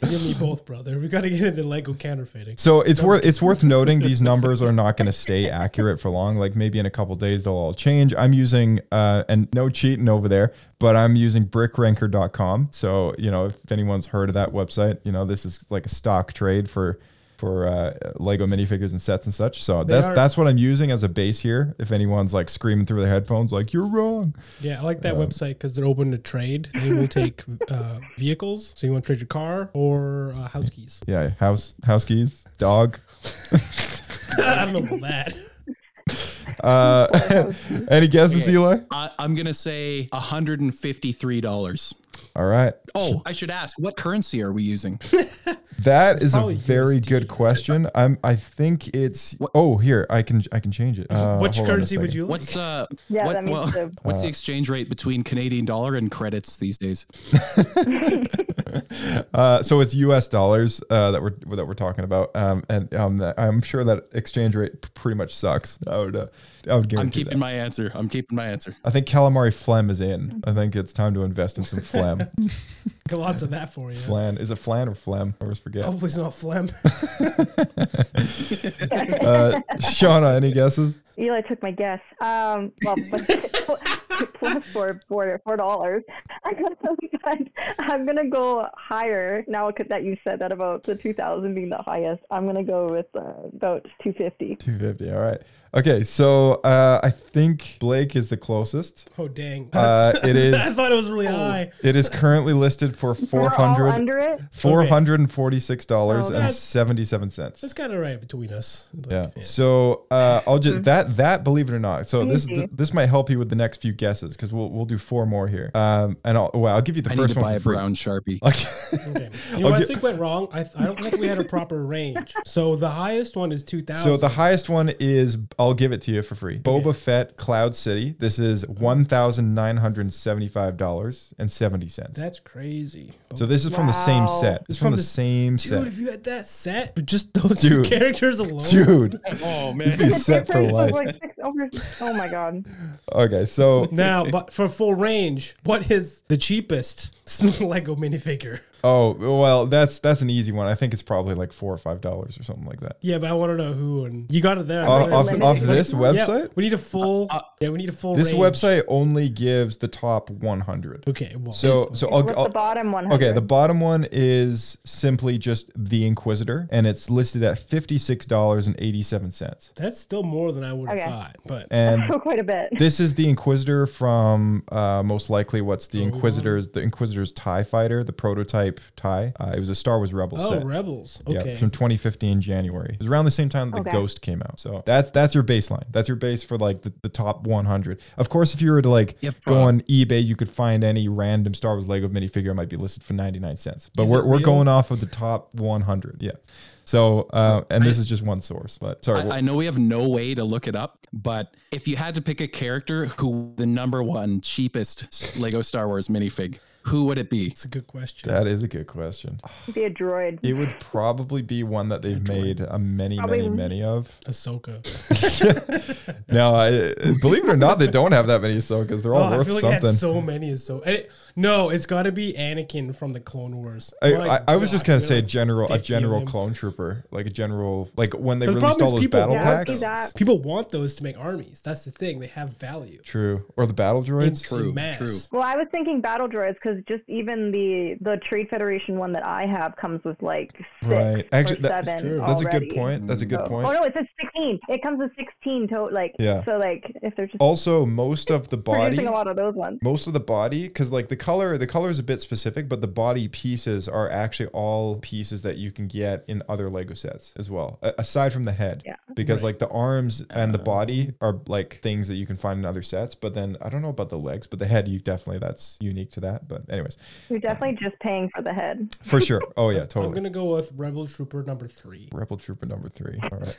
you and me both, brother. We gotta get into Lego counterfeiting.
So it's
No, I'm
worth
just
it's worth noting these numbers are not going to stay accurate for long. Like maybe in a couple days they'll all change. I'm using uh, and no cheating over there, but I'm using BrickRanker.com. So you know if anyone's heard of that website, you know this is like a stock trade for for uh, Lego minifigures and sets and such. So
They
that's
are-
that's what I'm using as a base here. If anyone's like screaming through their headphones, like you're wrong.
Yeah, I like that
Um,
website because they're open to trade. They will take uh, vehicles. So you want to trade your car or uh, house keys?
Yeah, house house keys, dog.
I don't know about that.
Uh, any guesses, Eli?
I, i'm gonna say 153 dollars
All right,
oh i should ask what currency are we using
that is a very good question. I'm. I think it's. Oh, here I can. I can change it. Uh,
Which
hold on a
currency would
second.
you like? What's uh?
Yeah,
what-
that makes
well,
sense.
what's the
Uh,
exchange rate between Canadian dollar and credits these days?
Uh, so it's U.S. dollars uh, that we're that we're talking about, um, and um, that- I'm sure that exchange rate p- pretty much sucks. I would. Uh, I would
I'm
guarantee
keeping
that.
my answer. I'm keeping my answer.
I think calamari phlegm is in. I think it's time to invest in some phlegm.
Got lots of that for you.
flan is it flan or phlegm? I always forget.
Oh.
Hopefully it's not phlegm.
Uh, Shauna, any guesses?
Eli took my guess. Um, well, but plus four, four, four dollars. But I'm gonna go higher now 'cause that you said that about the 2,000 being the highest. I'm gonna go with uh, about 250.
250. All right. Okay. So uh, I think Blake is the closest.
oh dang!
Uh,
That's-
it is-
I thought it was
Oh.
really high.
It is currently listed for
all
four hundred
under it?
four hundred and forty six dollars and
that's-
seventy seven cents.
That's kind of right between us.
Yeah. So uh, I'll
Mm-hmm.
just that that believe it or not. So this
Easy.
this might help you with the next few guesses because we'll we'll do four more here. Um, and I'll well I'll give you the
I need
first
to
one
buy
for
a
free.
brown sharpie.
Okay.
You know what I think went wrong? I, th- I don't think we had a proper range. So the highest one is two thousand.
So the highest one is I'll give it to you for free. Boba Fett Cloud City. This
Oh.
is one thousand nine hundred seventy five dollars and seventy cents.
that's crazy.
So this is from the same
Wow.
set. It's from, the same
Dude,
set.
if you had that set, but just those two
Dude.
characters alone,
Dude. Oh, man. You'd be set for
Difference was
life.
like six over- oh my god.
Okay, so
Now, but for full range, what is the cheapest Lego minifigure?
oh well, that's that's an easy one. I think it's probably like four or five dollars or something like that.
Yeah, but I want to know who and you got it there.
Off-
Right?
off- off this
Yeah,
website?
we need a full.
Uh,
yeah, we need a full.
This
range.
website only gives the top 100.
Okay, well-
so so I'll,
What's
I'll-
the bottom one?
Okay, the bottom one is simply just the Inquisitor, and it's listed at fifty six dollars and eighty seven cents.
That's still more than I would have
Okay.
thought, but
And
quite a bit.
This is the Inquisitor from uh, most likely what's
Oh,
the Inquisitor's the Inquisitor's Tie Fighter, the prototype Tie. Uh, it was a Star Wars Rebel
Oh,
set.
Rebels.
Yeah,
Okay.
from 2015 January. It was around the same time that the
Okay.
Ghost came out. So that's that's your baseline. That's your base for like the, the top 100. Of course, if you were to like go on eBay, you could find any random Star Wars Lego minifigure. It might be listed for 99 cents. But
Is
we're
it
we're
real?
going off of the top 100. Yeah. So uh,
Oh,
and this is just one source. But sorry.
I, I know we have no way to look it up, but if you had to pick a character who the number one cheapest Lego Star Wars minifig, who would it be?
It's a good question.
That is a good question.
Be a droid.
It would probably be one that they've made a many, many,
Probably-
many of.
Ahsoka.
Now, I, believe it or not, they don't have that many Ahsokas. They're all
oh, I
worth
feel like I
something.
had so many is so. eh, no, it's got to be Anakin from the Clone Wars.
I,
My
I, I was just
God,
gonna
there
say
are
general,
50
a
of
general
them.
clone trooper, like a general, like when they
But the
released
problem
all
is
those
people
battle
want
packs.
those. People want those to make armies. That's the thing. They have value.
True, or the battle droids.
True, mass. true.
Well, I was thinking battle droids because just even the the Trade Federation one that I have comes with like six
Right. Actually,
or
that's
seven
true. That's a good
already.
point. That's a good
So-
point.
Oh no, it says sixteen. It comes with sixteen to like.
Yeah.
So like, if they're just
Also, most of the body,
producing a lot of those ones.
most of the body, because like the color, the color is a bit specific, but the body pieces are actually all pieces that you can get in other Lego sets as well, a- aside from the head.
Yeah.
Because like the arms and
Uh.
the body are like things that you can find in other sets, but then I don't know about the legs, but the head, you definitely that's unique to that. But anyways,
You're definitely just paying for the head.
for sure. Oh yeah,
I'm
totally.
gonna go with Rebel Trooper number three.
Rebel Trooper number three. All right.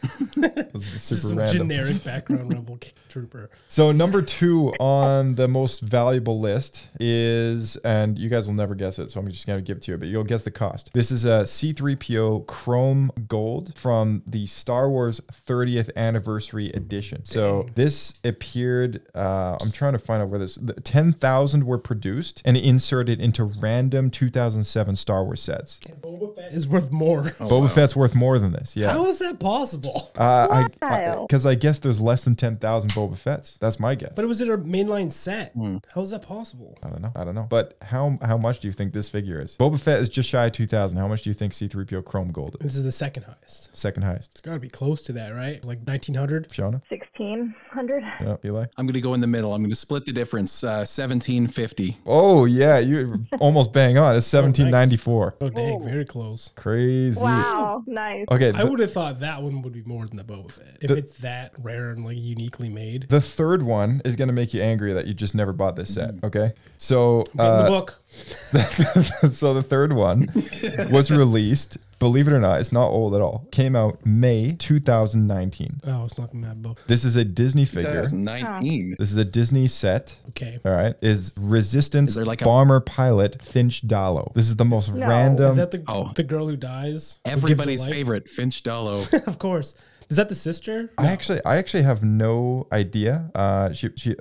this is
Just
super
some
random.
generic background Rebel k- Trooper.
So number two on the most valuable list is, and you guys will never guess it, so I'm just gonna give it to you, but you'll guess the cost. This is a C3PO Chrome Gold from the Star Wars 30th Anniversary Edition. So this appeared. Uh, I'm trying to find out where this. the- 10,000 were produced and inserted into random 2007 Star Wars sets.
Boba Fett is worth more.
Boba Fett's worth more than this. Yeah.
Oh, How is that possible?
Uh, I
Wow.
because I, guess there's less than ten thousand Boba Fett's. That's my guess.
But it was in a mainline set.
Hmm.
How is that possible?
I don't know. I don't know. But how how much do you think this figure is? Boba Fett is just shy of two thousand. How much do you think C-3PO Chrome Gold is?
This is the second highest.
Second highest.
It's got to be close to that, right? Like 1900.
Shona.
Sixteen hundred.
Yeah, Eli.
I'm going to go in the middle. I'm going to split the difference. Uh, 1750.
Oh yeah, you almost bang on. It's seventeen ninety four.
Oh dang, very close.
Crazy.
Wow, nice.
Okay,
I
the-
would have thought that one would be more than the Boba Fett if
The-
it's that rare and like uniquely made.
The third one is gonna make you angry that you just never bought this set.
Mm.
Okay, so
Get in
uh,
the book.
so the third one was released. Believe it or not, it's not old at all. Came out May 2019.
Oh, it's not in that book.
This is a Disney figure.
2019.
This is a Disney set.
Okay.
All right. Is Resistance
there like a-
bomber pilot Finch Dallo? This is the most
No.
random.
Is that the
Oh.
the girl who dies? who gives her
Everybody's
life?
favorite, Finch Dallo.
of course. Is that the sister?
I actually, I actually have no idea. Uh, she, she, uh,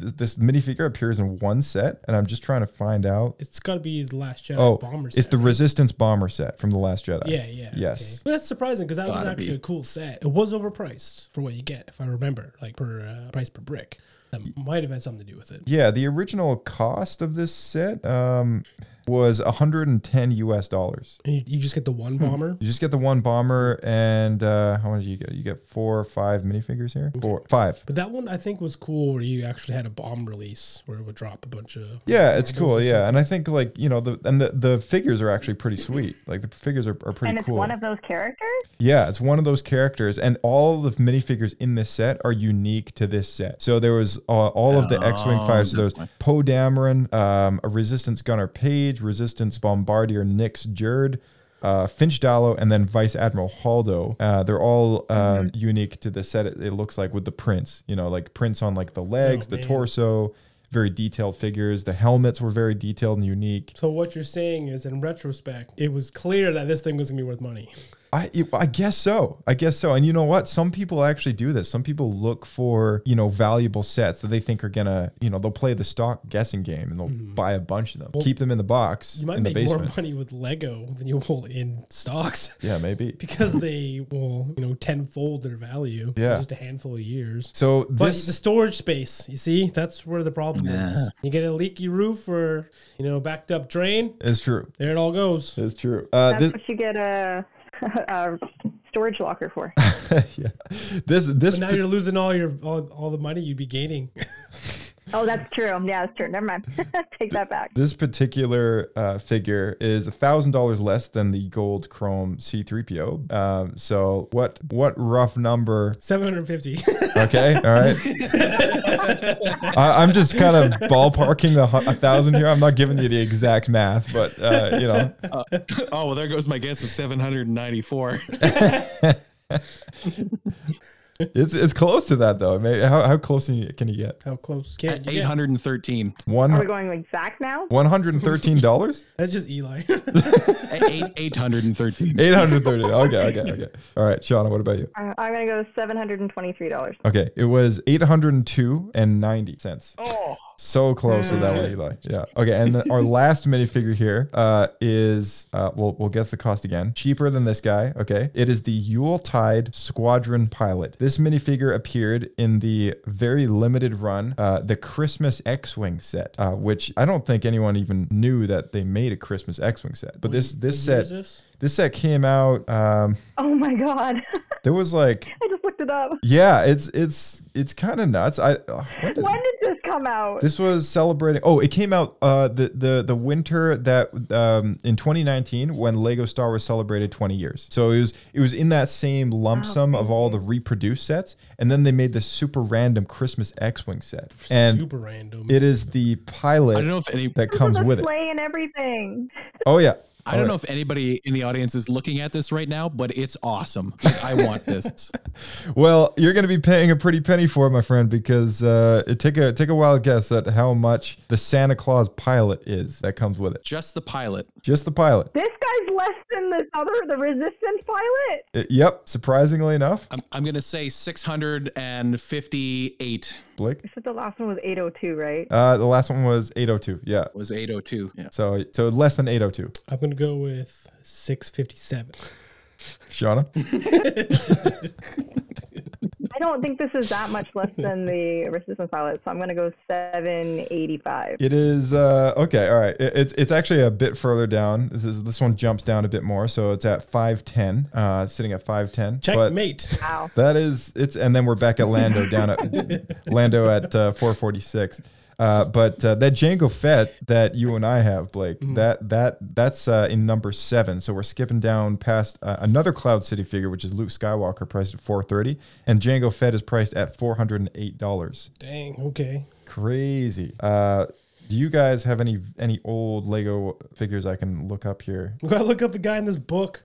th- this minifigure appears in one set, and I'm just trying to find out.
It's got to be the last Jedi
oh,
bomber.
it's
set.
the Resistance bomber set from the Last Jedi.
Yeah, yeah.
Yes.
But that's surprising because that was
Gotta
actually
be.
a cool set. It was overpriced for what you get, if I remember, like per uh, price per brick. That might have had something to do with it.
Yeah, the original cost of this set um, was 110 US dollars.
And you, you just get the one bomber.
You just get the one bomber, and uh, how many did you get? You get four or five minifigures here. Four, five.
But that one I think was cool where you actually had a bomb release where it would drop a bunch of.
Yeah, it's
Those
cool.
are
Yeah, and I think like you know the and the, the figures are actually pretty sweet. Like the figures are, are pretty
and it's
cool.
one of those characters.
yeah, it's one of those characters, and all the minifigures in this set are unique to this set. So there was uh, all of the X-wing
Oh,
fives. So there's
definitely.
Poe Dameron, um, a Resistance gunner Page, Resistance bombardier Nix Jerd. Uh, Finch Dallo and then Vice Admiral Haldo. Uh, they're all uh, unique to the set. It, it looks like with the prints, you know, like prints on like the legs, the
man.
torso, very detailed figures. The helmets were very detailed and unique.
So what you're saying is, in retrospect, it was clear that this thing was gonna be worth money.
I you- I guess so. I guess so. And you know what? Some people actually do this. Some people look for you know valuable sets that they think are gonna you know they'll play the stock guessing game and they'll buy a bunch of them, keep them in the box
Mm-hmm. You might
in the
make more
basement.
money with Lego than you will in stocks.
Yeah, maybe.
because they will, you know, tenfold their value
Yeah.
in just a handful of years.
So
But
this-
the storage space, you see, that's where the problem
Yeah.
is. You get a leaky roof or you know backed up drain,
It's true.
there it all goes.
It's true. Uh,
That's
this
what you get a, a storage locker for.
this this
But now you're losing all your all, all the money you'd be gaining.
oh, that's true. Yeah, that's true. Never mind. Take that back.
this particular uh, figure is a thousand dollars less than the gold chrome C3PO. Um, so what what rough number?
Seven hundred fifty.
Okay, all right. I, I'm just kind of ballparking the hu- a thousand here. I'm not giving you the exact math, but uh, you know,
Uh, oh, well, there goes my guess of 794.
It's it's close to that though. I mean, how how close can you, can you get?
How close?
At 813.
One
Are we going with Zach now?
one hundred and thirteen dollars.
That's just Eli.
Eight, 813.
Eight hundred thirty. Okay, okay, okay. All right, Shauna, what about you?
I'm, Uh, I'm gonna go seven hundred and twenty-three dollars.
Okay, it was eight hundred and two and ninety cents.
Oh.
So close with that
Mm.
one, Eli. Yeah. Okay, and then our last minifigure here uh, is uh, we'll we'll guess the cost again. Cheaper than this guy. Okay, it is the Yule Tide Squadron Pilot. This minifigure appeared in the very limited run, uh, the Christmas X-wing set, uh, which I don't think anyone even knew that they made a Christmas X-wing set. But this this
year
set
is this?
this set came out. Um,
Oh my god!
there was like
I just looked it up.
yeah, it's it's it's kind of nuts. I uh, when did
When did this come out?
this was celebrating. Oh, it came out uh, the the the winter that um, in 2019 when Lego Star Wars celebrated 20 years. So it was it was in that same lump
Oh,
sum of all the reproduced sets, and then they made this super random Christmas X-wing set. And
Super random.
It is the pilot
I don't know if any.
that comes
the
with it.
play and everything.
Oh yeah.
I don't know if anybody in the audience is looking at this right now, but it's awesome. Like, I want this.
Well, you're going to be paying a pretty penny for it, my friend, because uh, it take a take a wild guess at how much the Santa Claus pilot is that comes with it.
Just the pilot.
Just the pilot.
This guy's less than this other, the Resistance pilot.
Uh, yep, surprisingly enough,
Um,
I'm, I'm going to say 658
Blake.
You said the last one was 802, right?
Uh, the last one was 802. Yeah.
was 802. Yeah.
So so less than 802.
I'm gonna go with six fifty-seven.
Shauna.
I don't think this is that much less than the Resistance pilot, so I'm gonna go 785.
It is uh, okay. All right. It, it's it's actually a bit further down. This is this one jumps down a bit more. So it's at 510. Uh, sitting at 510. But
Checkmate.
Wow.
That is it's and then we're back at Lando down at Lando at uh, 446. Uh, but uh, that Django Fett that you and I have, Blake, that that that's uh, in number seven. So we're skipping down past uh, another Cloud City figure, which is Luke Skywalker, priced at four thirty, and Django Fett is priced at four hundred and eight dollars.
Dang. Okay.
Crazy. Uh, do you guys have any any old Lego figures I can look up here?
We gotta look up the guy in this book.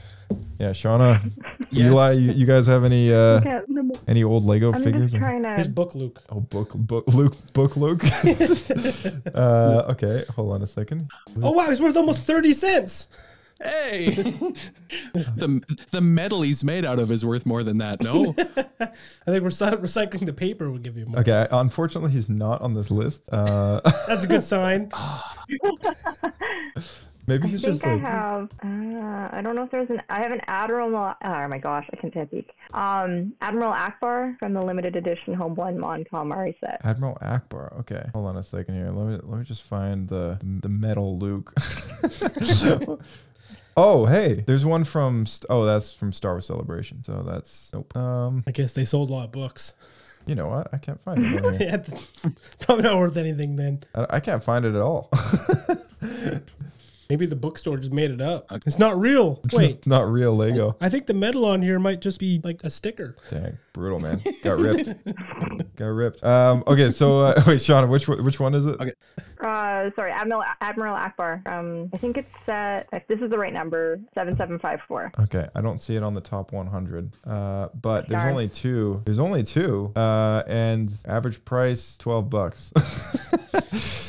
Yeah, Shauna,
Yes.
Eli, you, you guys have any uh,
Okay, no more.
any old Lego
I'm
figures?
just trying
His
to.
book, Luke.
Oh, book, book, Luke, book, Luke. uh, okay, hold on a second.
Oh wow, he's worth almost thirty cents.
Hey, the the metal he's made out of is worth more than that. No,
I think recy- recycling the paper would give you more.
Okay, unfortunately, he's not on this list. Uh,
That's a good sign.
maybe
I
he's
think
just
I
like
have. Uh, I don't know if there's an. I have an Admiral. Oh my gosh, I can't speak. Um, Admiral Akbar from the limited edition Home One Mon Calamari set.
Admiral Akbar. Okay, hold on a second here. Let me let me just find the the metal Luke. oh, hey, there's one from. St- Oh, that's from Star Wars Celebration. So that's nope. Um,
I guess they sold a lot of books.
you know what? I can't find it. on here.
Yeah, probably not worth anything then.
I, I can't find it at all.
Maybe the bookstore just made it up. It's not real. Wait,
not real Lego.
I think the metal on here might just be like a sticker.
Dang, brutal man. Got ripped. Got ripped. Um, okay, so uh, wait, Shauna, which one- which one is it?
Okay.
Uh, sorry, Admiral Admiral Akbar. Um, I think it's set. If this is the right number, seven seven five four.
Okay, I don't see it on the top 100. Uh, but there's
Darn.
only two. There's only two. Uh, and average price 12 bucks. Uh,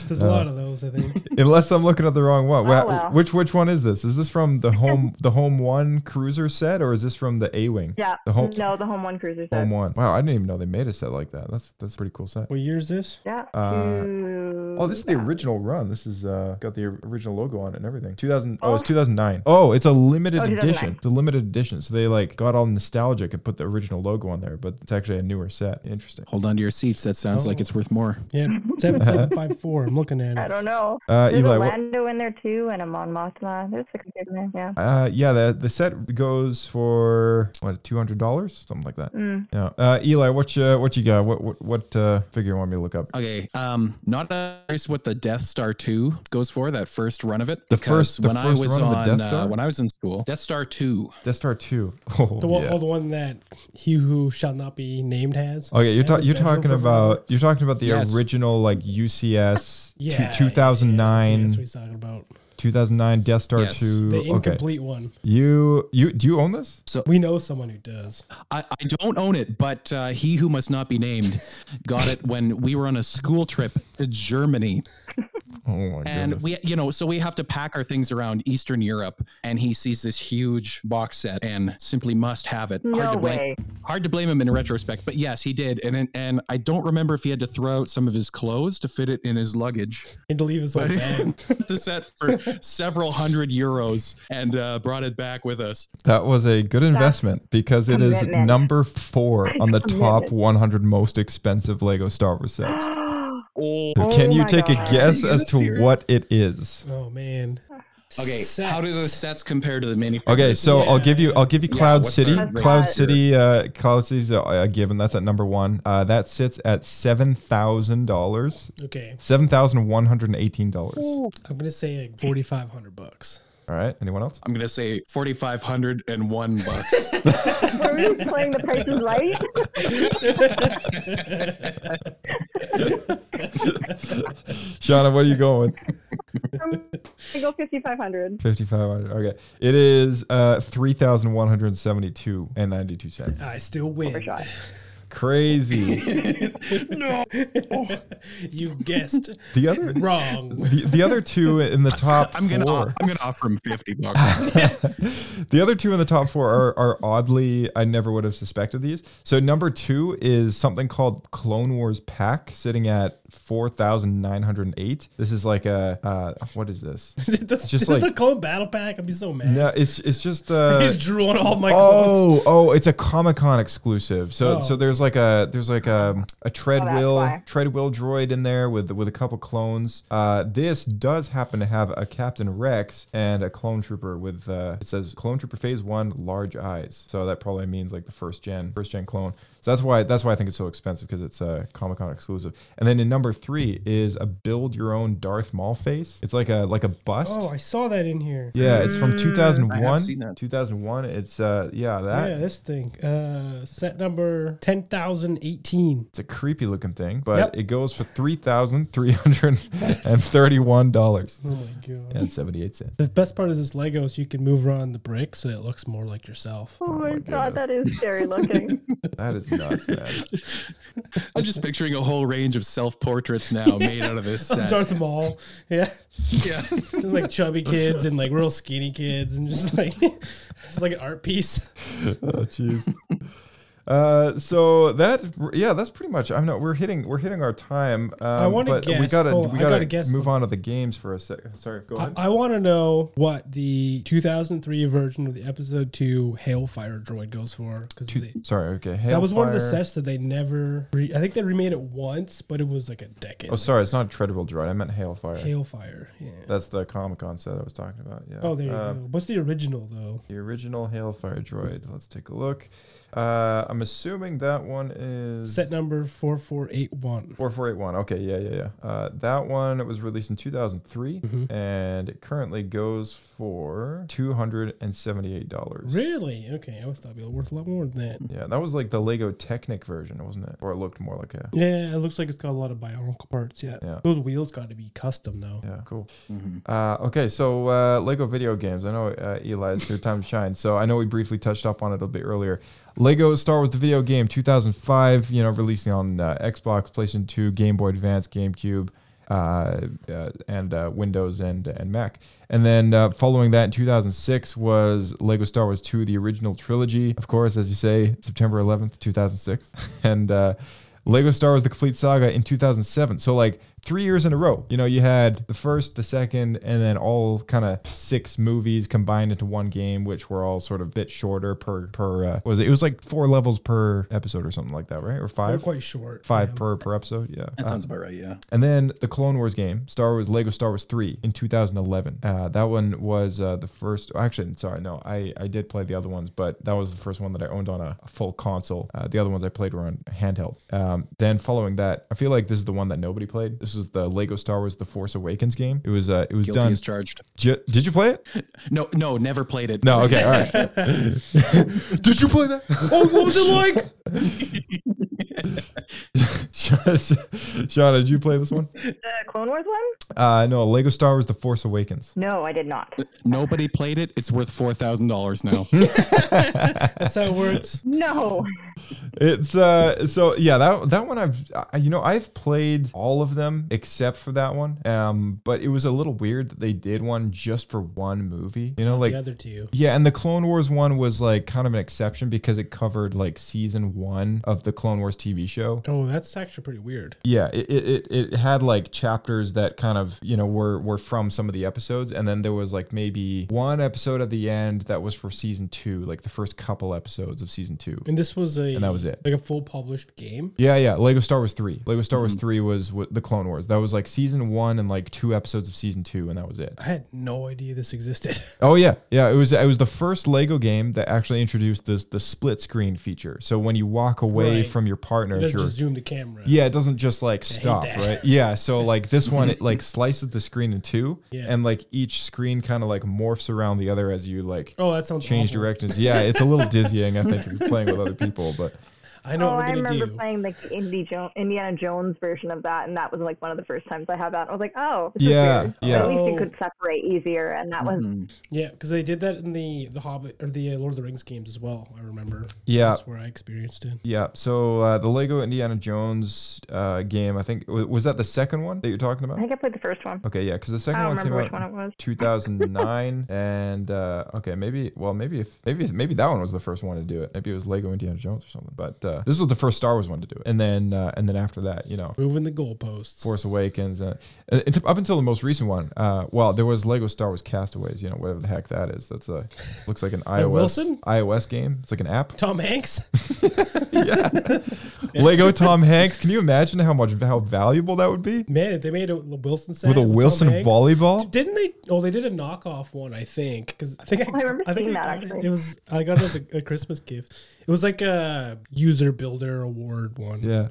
There's a lot of those, I think.
Unless I'm looking at the wrong one. Wha-
Oh, well.
Which which one is this? Is this from the home the home one cruiser set or is this from the A wing?
Yeah.
The home
no, the Home One Cruiser set.
home one. Wow, I didn't even know they made a set like that. That's that's a pretty cool set.
What year is this?
Yeah.
Uh,
two-
Oh, this is the original run. This is uh, got the original logo on it and everything. 2000. Oh, it's 2009. Oh, it's a limited
Oh, 2009.
edition. It's a limited edition. So they like got all nostalgic and put the original logo on there, but it's actually a newer set. Interesting.
hold on to your seats. That sounds like it's worth more.
Yeah, seven seven five four. I'm looking
I
at it.
don't know.
Uh,
There's
Eli,
a
what-
Lando in there too, and a Mon Mothma. There's a computer in there. Yeah.
Uh, yeah, the the set goes for what two hundred dollars, something like that. Yeah. Uh, Eli, what you what you got? What what what uh, figure you want me to look up?
Okay, um, not uh, curious what the Death Star two goes for. That first run of it.
The
because
first- the
when
first
I was
run of the
on
Death
uh,
Star?
when I was in school. Death Star two.
Death Star two. Oh,
The one,
yeah.
oh, the one that he who shall not be named has.
Okay, you're, ta-
talking.
you're talking about you're talking about the
Yes.
original like UCS
Yeah,
two thousand
Yeah,
nine
that's what he's talking about.
2009 Death Star
Yes.
2.
The
Okay.
incomplete one.
You you do you own this?
So
We know someone who does.
I, I don't own it, but uh, he who must not be named got it when we were on a school trip to Germany.
Oh my
And we, you know, so we have to pack our things around Eastern Europe, and he sees this huge box set and simply must have it.
No
to blame,
way.
Hard to blame him in retrospect, but yes, he did. And and- and I don't remember if he had to throw out some of his clothes to fit it in his luggage.
And to leave his whole
But
bag.
the set for several hundred euros and uh, brought it back with us.
That was a good investment because it is
commitment.
number four on the top
Commitment.
100 most expensive Lego Star Wars sets.
Oh,
So can you take a guess as to what it is?
Oh man.
Okay, how do the sets compare to the mini?
Okay, so I'll give you I'll give you
Yeah,
Cloud
what's
City.
that rate?
Cloud City, uh, Cloud City's a, a given. That's at number one. Uh, that sits at seven thousand dollars.
Okay.
seven thousand one hundred eighteen dollars. All
I'm gonna say like forty five hundred bucks.
right. Anyone else?
I'm gonna say forty five hundred and one bucks.
Were we playing The Price is Right?
Shauna, what are you going?
I go fifty five hundred.
Fifty five hundred. Okay, it is uh, three thousand one hundred seventy two and ninety two cents.
I still win.
Oh
Crazy.
no. you guessed.
The other
Wrong.
The, the other two in the top.
I'm gonna
four.
I'm gonna offer him fifty bucks.
The other two in the top four are, are oddly, I never would have suspected these. So number two is something called Clone Wars Pack, sitting at four thousand nine hundred eight. This is like a uh, what is this?
This-
just
this is
like
the clone battle pack. I'd be so mad.
no, it's it's just uh,
just drew on all my
oh oh, it's a Comic Con exclusive. So
Oh.
so there's like a there's like a a treadwheel
why.
treadwheel droid in there with with a couple clones. Uh, this does happen to have a Captain Rex and a clone trooper with uh, it says clone trooper phase one large eyes. So that probably means like the first gen first gen clone. So that's why that's why I think it's so expensive because it's a Comic Con exclusive. And then in number three is a build your own Darth Maul face. It's like a like a bust.
Oh, I saw that in here.
Yeah, it's from 2001.
seen
2001. It's uh, yeah, that
yeah, this thing. Uh, set number ten thousand eighteen.
it's a creepy looking thing, but
Yep.
it goes for three thousand three hundred and thirty-one dollars
Oh my god.
and seventy-eight cents.
The best part is this Lego, so you can move around the brick, so it looks more like yourself.
Oh, my god, that is scary looking.
That is nuts, man.
I'm just picturing a whole range of self portraits now made out of this set.
Darth Maul. Yeah. Yeah. There's like chubby kids and like real skinny kids and just like it's like an art piece.
oh jeez. Uh, so that yeah, that's pretty much. I'm not. We're hitting. We're hitting our time. Um,
I wanna
but We
guess-
gotta.
hold on,
we
I
gotta,
gotta guess
move on to the games for a sec. Sorry, go
I,
ahead.
I want to know what the 2003 version of the episode 2 Hailfire droid goes for because
sorry. Okay.
that was one of the
Hellfire.
sets that they never re- I think they remade it once, but it was like a decade.
Oh, sorry. It's not a treadwheel droid. I meant hailfire.
Hailfire, yeah.
That's the Comic Con set I was talking about. Yeah.
Oh, there you
Um,
go. What's the original though?
The original Hailfire droid. Let's take a look. Uh, I'm assuming that one is
Set number 4481.
4481. Okay, yeah, yeah, yeah. Uh, that one it was released in 2003
Mm-hmm.
and it currently goes for $278.
Really? Okay, I was thought it'd be worth a lot more than that.
Yeah, that was like the Lego Technic version, wasn't it? Or it looked more like a
Yeah, it looks like it's got a lot of bionicle parts. Yeah.
Yeah.
Those wheels got to be custom though.
Yeah, cool. Uh, okay, so uh, Lego video games. I know uh, Eli, it's your time to shine. So I know we briefly touched up on it a bit earlier. Lego Star Wars the video game, 2005. You know, releasing on uh, Xbox, PlayStation 2, Game Boy Advance, GameCube, uh, uh, and uh, Windows and and Mac. And then uh, following that in 2006 was Lego Star Wars 2, the original trilogy. Of course, as you say, September 11th, 2006, and. Uh, Lego Star Wars: The Complete Saga in 2007. So like three years in a row. You know, you had the first, the second, and then all kind of six movies combined into one game, which were all sort of bit shorter per per. Uh, what was it? It was like four levels per episode or something like that, right? Or five?
quite short,
Five per per episode. Yeah,
That sounds
Uh,
about right. Yeah.
and then the Clone Wars game, Star Wars Lego Star Wars 3 in 2011. Uh, that one was uh, the first. Actually, sorry, no, I, I did play the other ones, but that was the first one that I owned on a, a full console. Uh, the other ones I played were on handheld. Um, then following that, I feel like this is the one that nobody played. This is the Lego Star Wars The Force Awakens game. It was uh, it was
Guilty
done.
as charged.
Ju- did you play it?
No, no, never played it.
No, okay, all right. Did you play that?
Oh, what was it like?
Shauna, did you play this one?
The Clone Wars one?
Uh, no, Lego Star Wars: The Force Awakens.
No, I did not.
Nobody played it. It's worth four thousand dollars now.
That's how it works.
No.
It's uh, so yeah, that that one I've I, you know I've played all of them except for that one. Um, but it was a little weird that they did one just for one movie. You know,
Not the
like
other two.
Yeah, and the Clone Wars one was like kind of an exception because it covered like season one of the Clone Wars TV show.
Oh, that's actually pretty weird.
Yeah, it, it, it it had like chapters that kind of, you know, were were from some of the episodes. And then there was like maybe one episode at the end that was for season two, like the first couple episodes of season two.
And this was a
And that was it.
like a full published game.
Yeah, yeah. Lego Star Wars 3. Lego Star Wars
Mhm.
3 was w- the Clone Wars. That was like season one and like two episodes of season two, and that was it.
I had no idea this existed.
Oh yeah, yeah. It was it was the first Lego game that actually introduced this the split screen feature. So when you walk away
Right.
from your
It
partner, if
doesn't
you're-
just zoom the camera.
Yeah, it doesn't just like stop,
that.
right? Yeah. So like this one, it like slices the screen in two,
Yeah.
and like each screen kind of like morphs around the other as you like.
Oh, that sounds
change
awful.
directions. Yeah, it's a little dizzying. I think if you're playing with other people, but
I know what
oh, I
we're gonna
remember
do.
playing like the Indy jo- Indiana Jones version of that, and that was like one of the first times I had that. I was like, oh, this is
Yeah,
weird.
yeah.
But at least
Oh.
it could separate easier, and that was
Yeah, because they did that in the the Hobbit or the uh, Lord of the Rings games as well. I remember.
Yeah.
that's where I experienced it.
yeah. So uh, the Lego Indiana Jones uh, game, I think w- was that the second one that you're talking about?
I think I played the first one.
Okay, yeah, because the second
I don't
one came
remember
out
which one it was.
2009, and uh, okay, maybe well, maybe if maybe maybe that one was the first one to do it. Maybe it was Lego Indiana Jones or something. But uh, this was the first Star Wars one to do it, and then uh, and then after that, you know,
Moving the goalposts.
Force Awakens, uh, and it's up until the most recent one. Uh, well, there was Lego Star Wars Castaways, you know, whatever the heck that is. That's a looks like an iOS
Wilson?
iOS game. It's like an app.
Tom Hanks.
Lego Tom Hanks. Can you imagine how much how valuable that would be?
Man, if they made a Wilson set
With a
Tom
Wilson
Hanks-
volleyball?
Didn't they? Oh, they did a knockoff one, I think. Because I think I,
Oh, I remember
think
seeing
I
that,
got It.
actually.
it was I got it as a, a Christmas gift. It was like a user builder award one.
Yeah.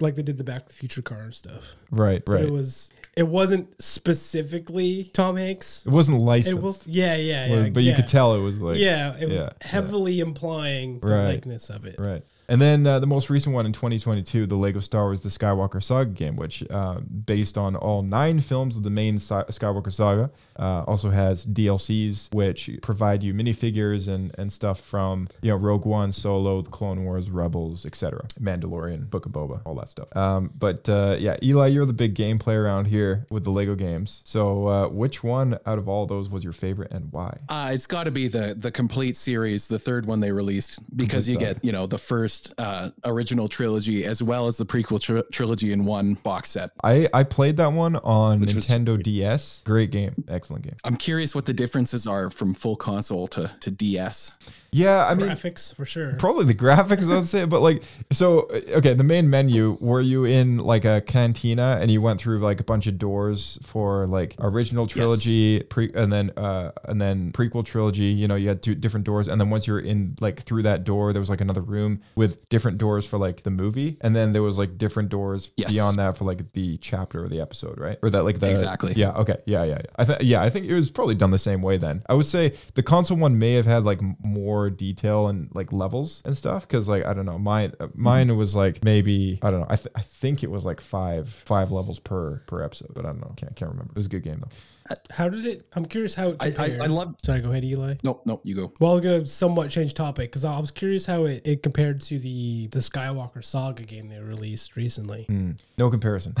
like they did the Back to the Future car and stuff.
Right,
But
right.
it was. It wasn't specifically Tom Hanks.
It wasn't licensed.
It was. Yeah, yeah,
Well,
yeah.
but you
yeah.
could tell it was like-
Yeah, it was
yeah, yeah.
heavily implying the likeness of it.
Right. And then uh, the most recent one in 2022, the Lego Star Wars: The Skywalker Saga game, which uh, based on all nine films of the main si- Skywalker saga, uh, also has DLCs which provide you minifigures and and stuff from you know Rogue One, Solo, The Clone Wars, Rebels, etc. Mandalorian, Book of Boba, all that stuff. Um, but uh, yeah, Eli, you're the big game player around here with the Lego games. So uh, which one out of all those was your favorite and why?
Uh, it's got to be the the complete series, the third one they released, because
Complete
you
saga.
get you know the first uh, original trilogy as well as the prequel tri- trilogy in one box set.
I, I played that one on Nintendo DS. Great game. Excellent game.
I'm curious what the differences are from full console to to DS.
Yeah, I mean,
Graphics for sure.
probably the graphics, I'd say, but like, so, okay, the main menu, were you in like a cantina and you went through like a bunch of doors for like original trilogy, pre, and then, uh, and then prequel trilogy, you know, you had two different doors. And then once you're in like through that door, there was like another room with different doors for like the movie. And then there was like different doors
Yes.
beyond that for like the chapter or the episode, right? Or that like the,
Exactly.
Yeah. Okay. Yeah. Yeah. yeah. I think. Yeah. I think it was probably done the same way then. I would say the console one may have had like m- more detail and like levels and stuff because like I don't know mine uh,
Mm-hmm.
mine was like maybe I don't know I, th- I think it was like five five levels per per episode but I don't know can't can't remember. It was a good game though.
How did it? I'm curious how it
I- I- I
compared.
love-
Sorry, go ahead, Eli.
Nope, nope, you go.
Well, I'm gonna somewhat change topic because I was curious how it, it compared to the the Skywalker Saga game they released recently.
Mm, no comparison.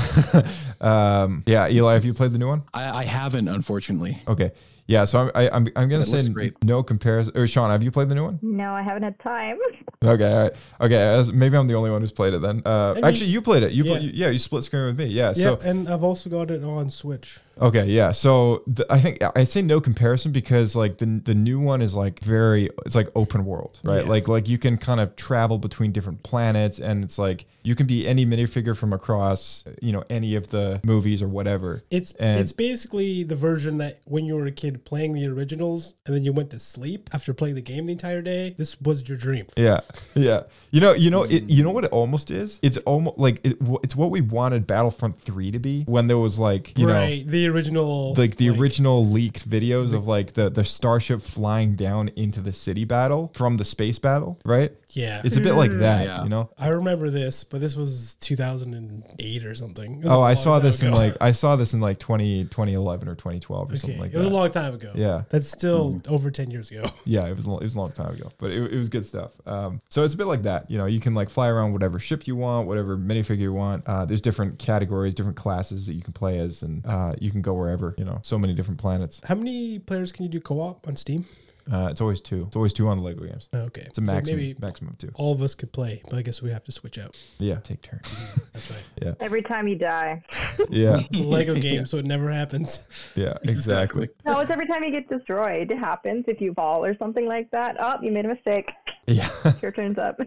um, yeah, Eli, have you played the new one?
I, I haven't, unfortunately.
Okay. Yeah. So I'm I, I'm I'm gonna
It looks
say
great.
no comparison. Or Sean, have you played the new one?
no, I haven't had time.
Okay, all right. Okay, as- maybe I'm the only one who's played it then. Uh,
I mean,
actually, you played it. You, yeah.
yeah.
you yeah, you split screen with me. Yeah.
yeah,
So
and I've also got it on Switch.
okay, yeah. So th- I think I say no comparison because like the the new one is like very it's like open world, right?
Yeah.
Like like you can kind of travel between different planets, and it's like you can be any minifigure from across you know any of the movies or whatever.
It's
and
it's basically the version that when you were a kid started playing the originals and then you went to sleep after playing the game the entire day, this was your dream.
Yeah, yeah. You know, you know, it, you know what it almost is. It's almost like it, w- it's what we wanted Battlefront Three to be when there was like you
right. the original
know, like the original leaked videos of like the the starship flying down into the city battle from the space battle, right?
Yeah.
it's a bit like
Mm.
that,
Yeah.
you know.
I remember this, but this was 2008 or something. It was a
Oh, I
long
saw
time
this in
ago.
like I saw this in like 20, 2011 or twenty twelve or something
Okay,
like
it was
that.
a long time ago.
Yeah. Mm-hmm.
That's still over 10 years ago.
Yeah, it was a lo- it was a long time ago, but it, it was good stuff. Um, so it's a bit like that, you know. You can like fly around whatever ship you want, whatever minifigure you want. Uh, there's different categories, different classes that you can play as, and uh, you can go wherever. You know, so many different planets.
How many players can you do co op on Steam?
Uh, it's always two. It's always two on the Lego games.
Okay.
it's a maximum maximum of two.
Uh, All of us could play, but I guess we have to switch out.
Yeah, take turns.
That's right.
Yeah,
Every time you die.
yeah,
It's a Lego game, so it never happens.
yeah, exactly.
No, it's every time you get destroyed. It happens if you fall or something like that. Oh, you made a mistake.
Yeah.
Your turn's up.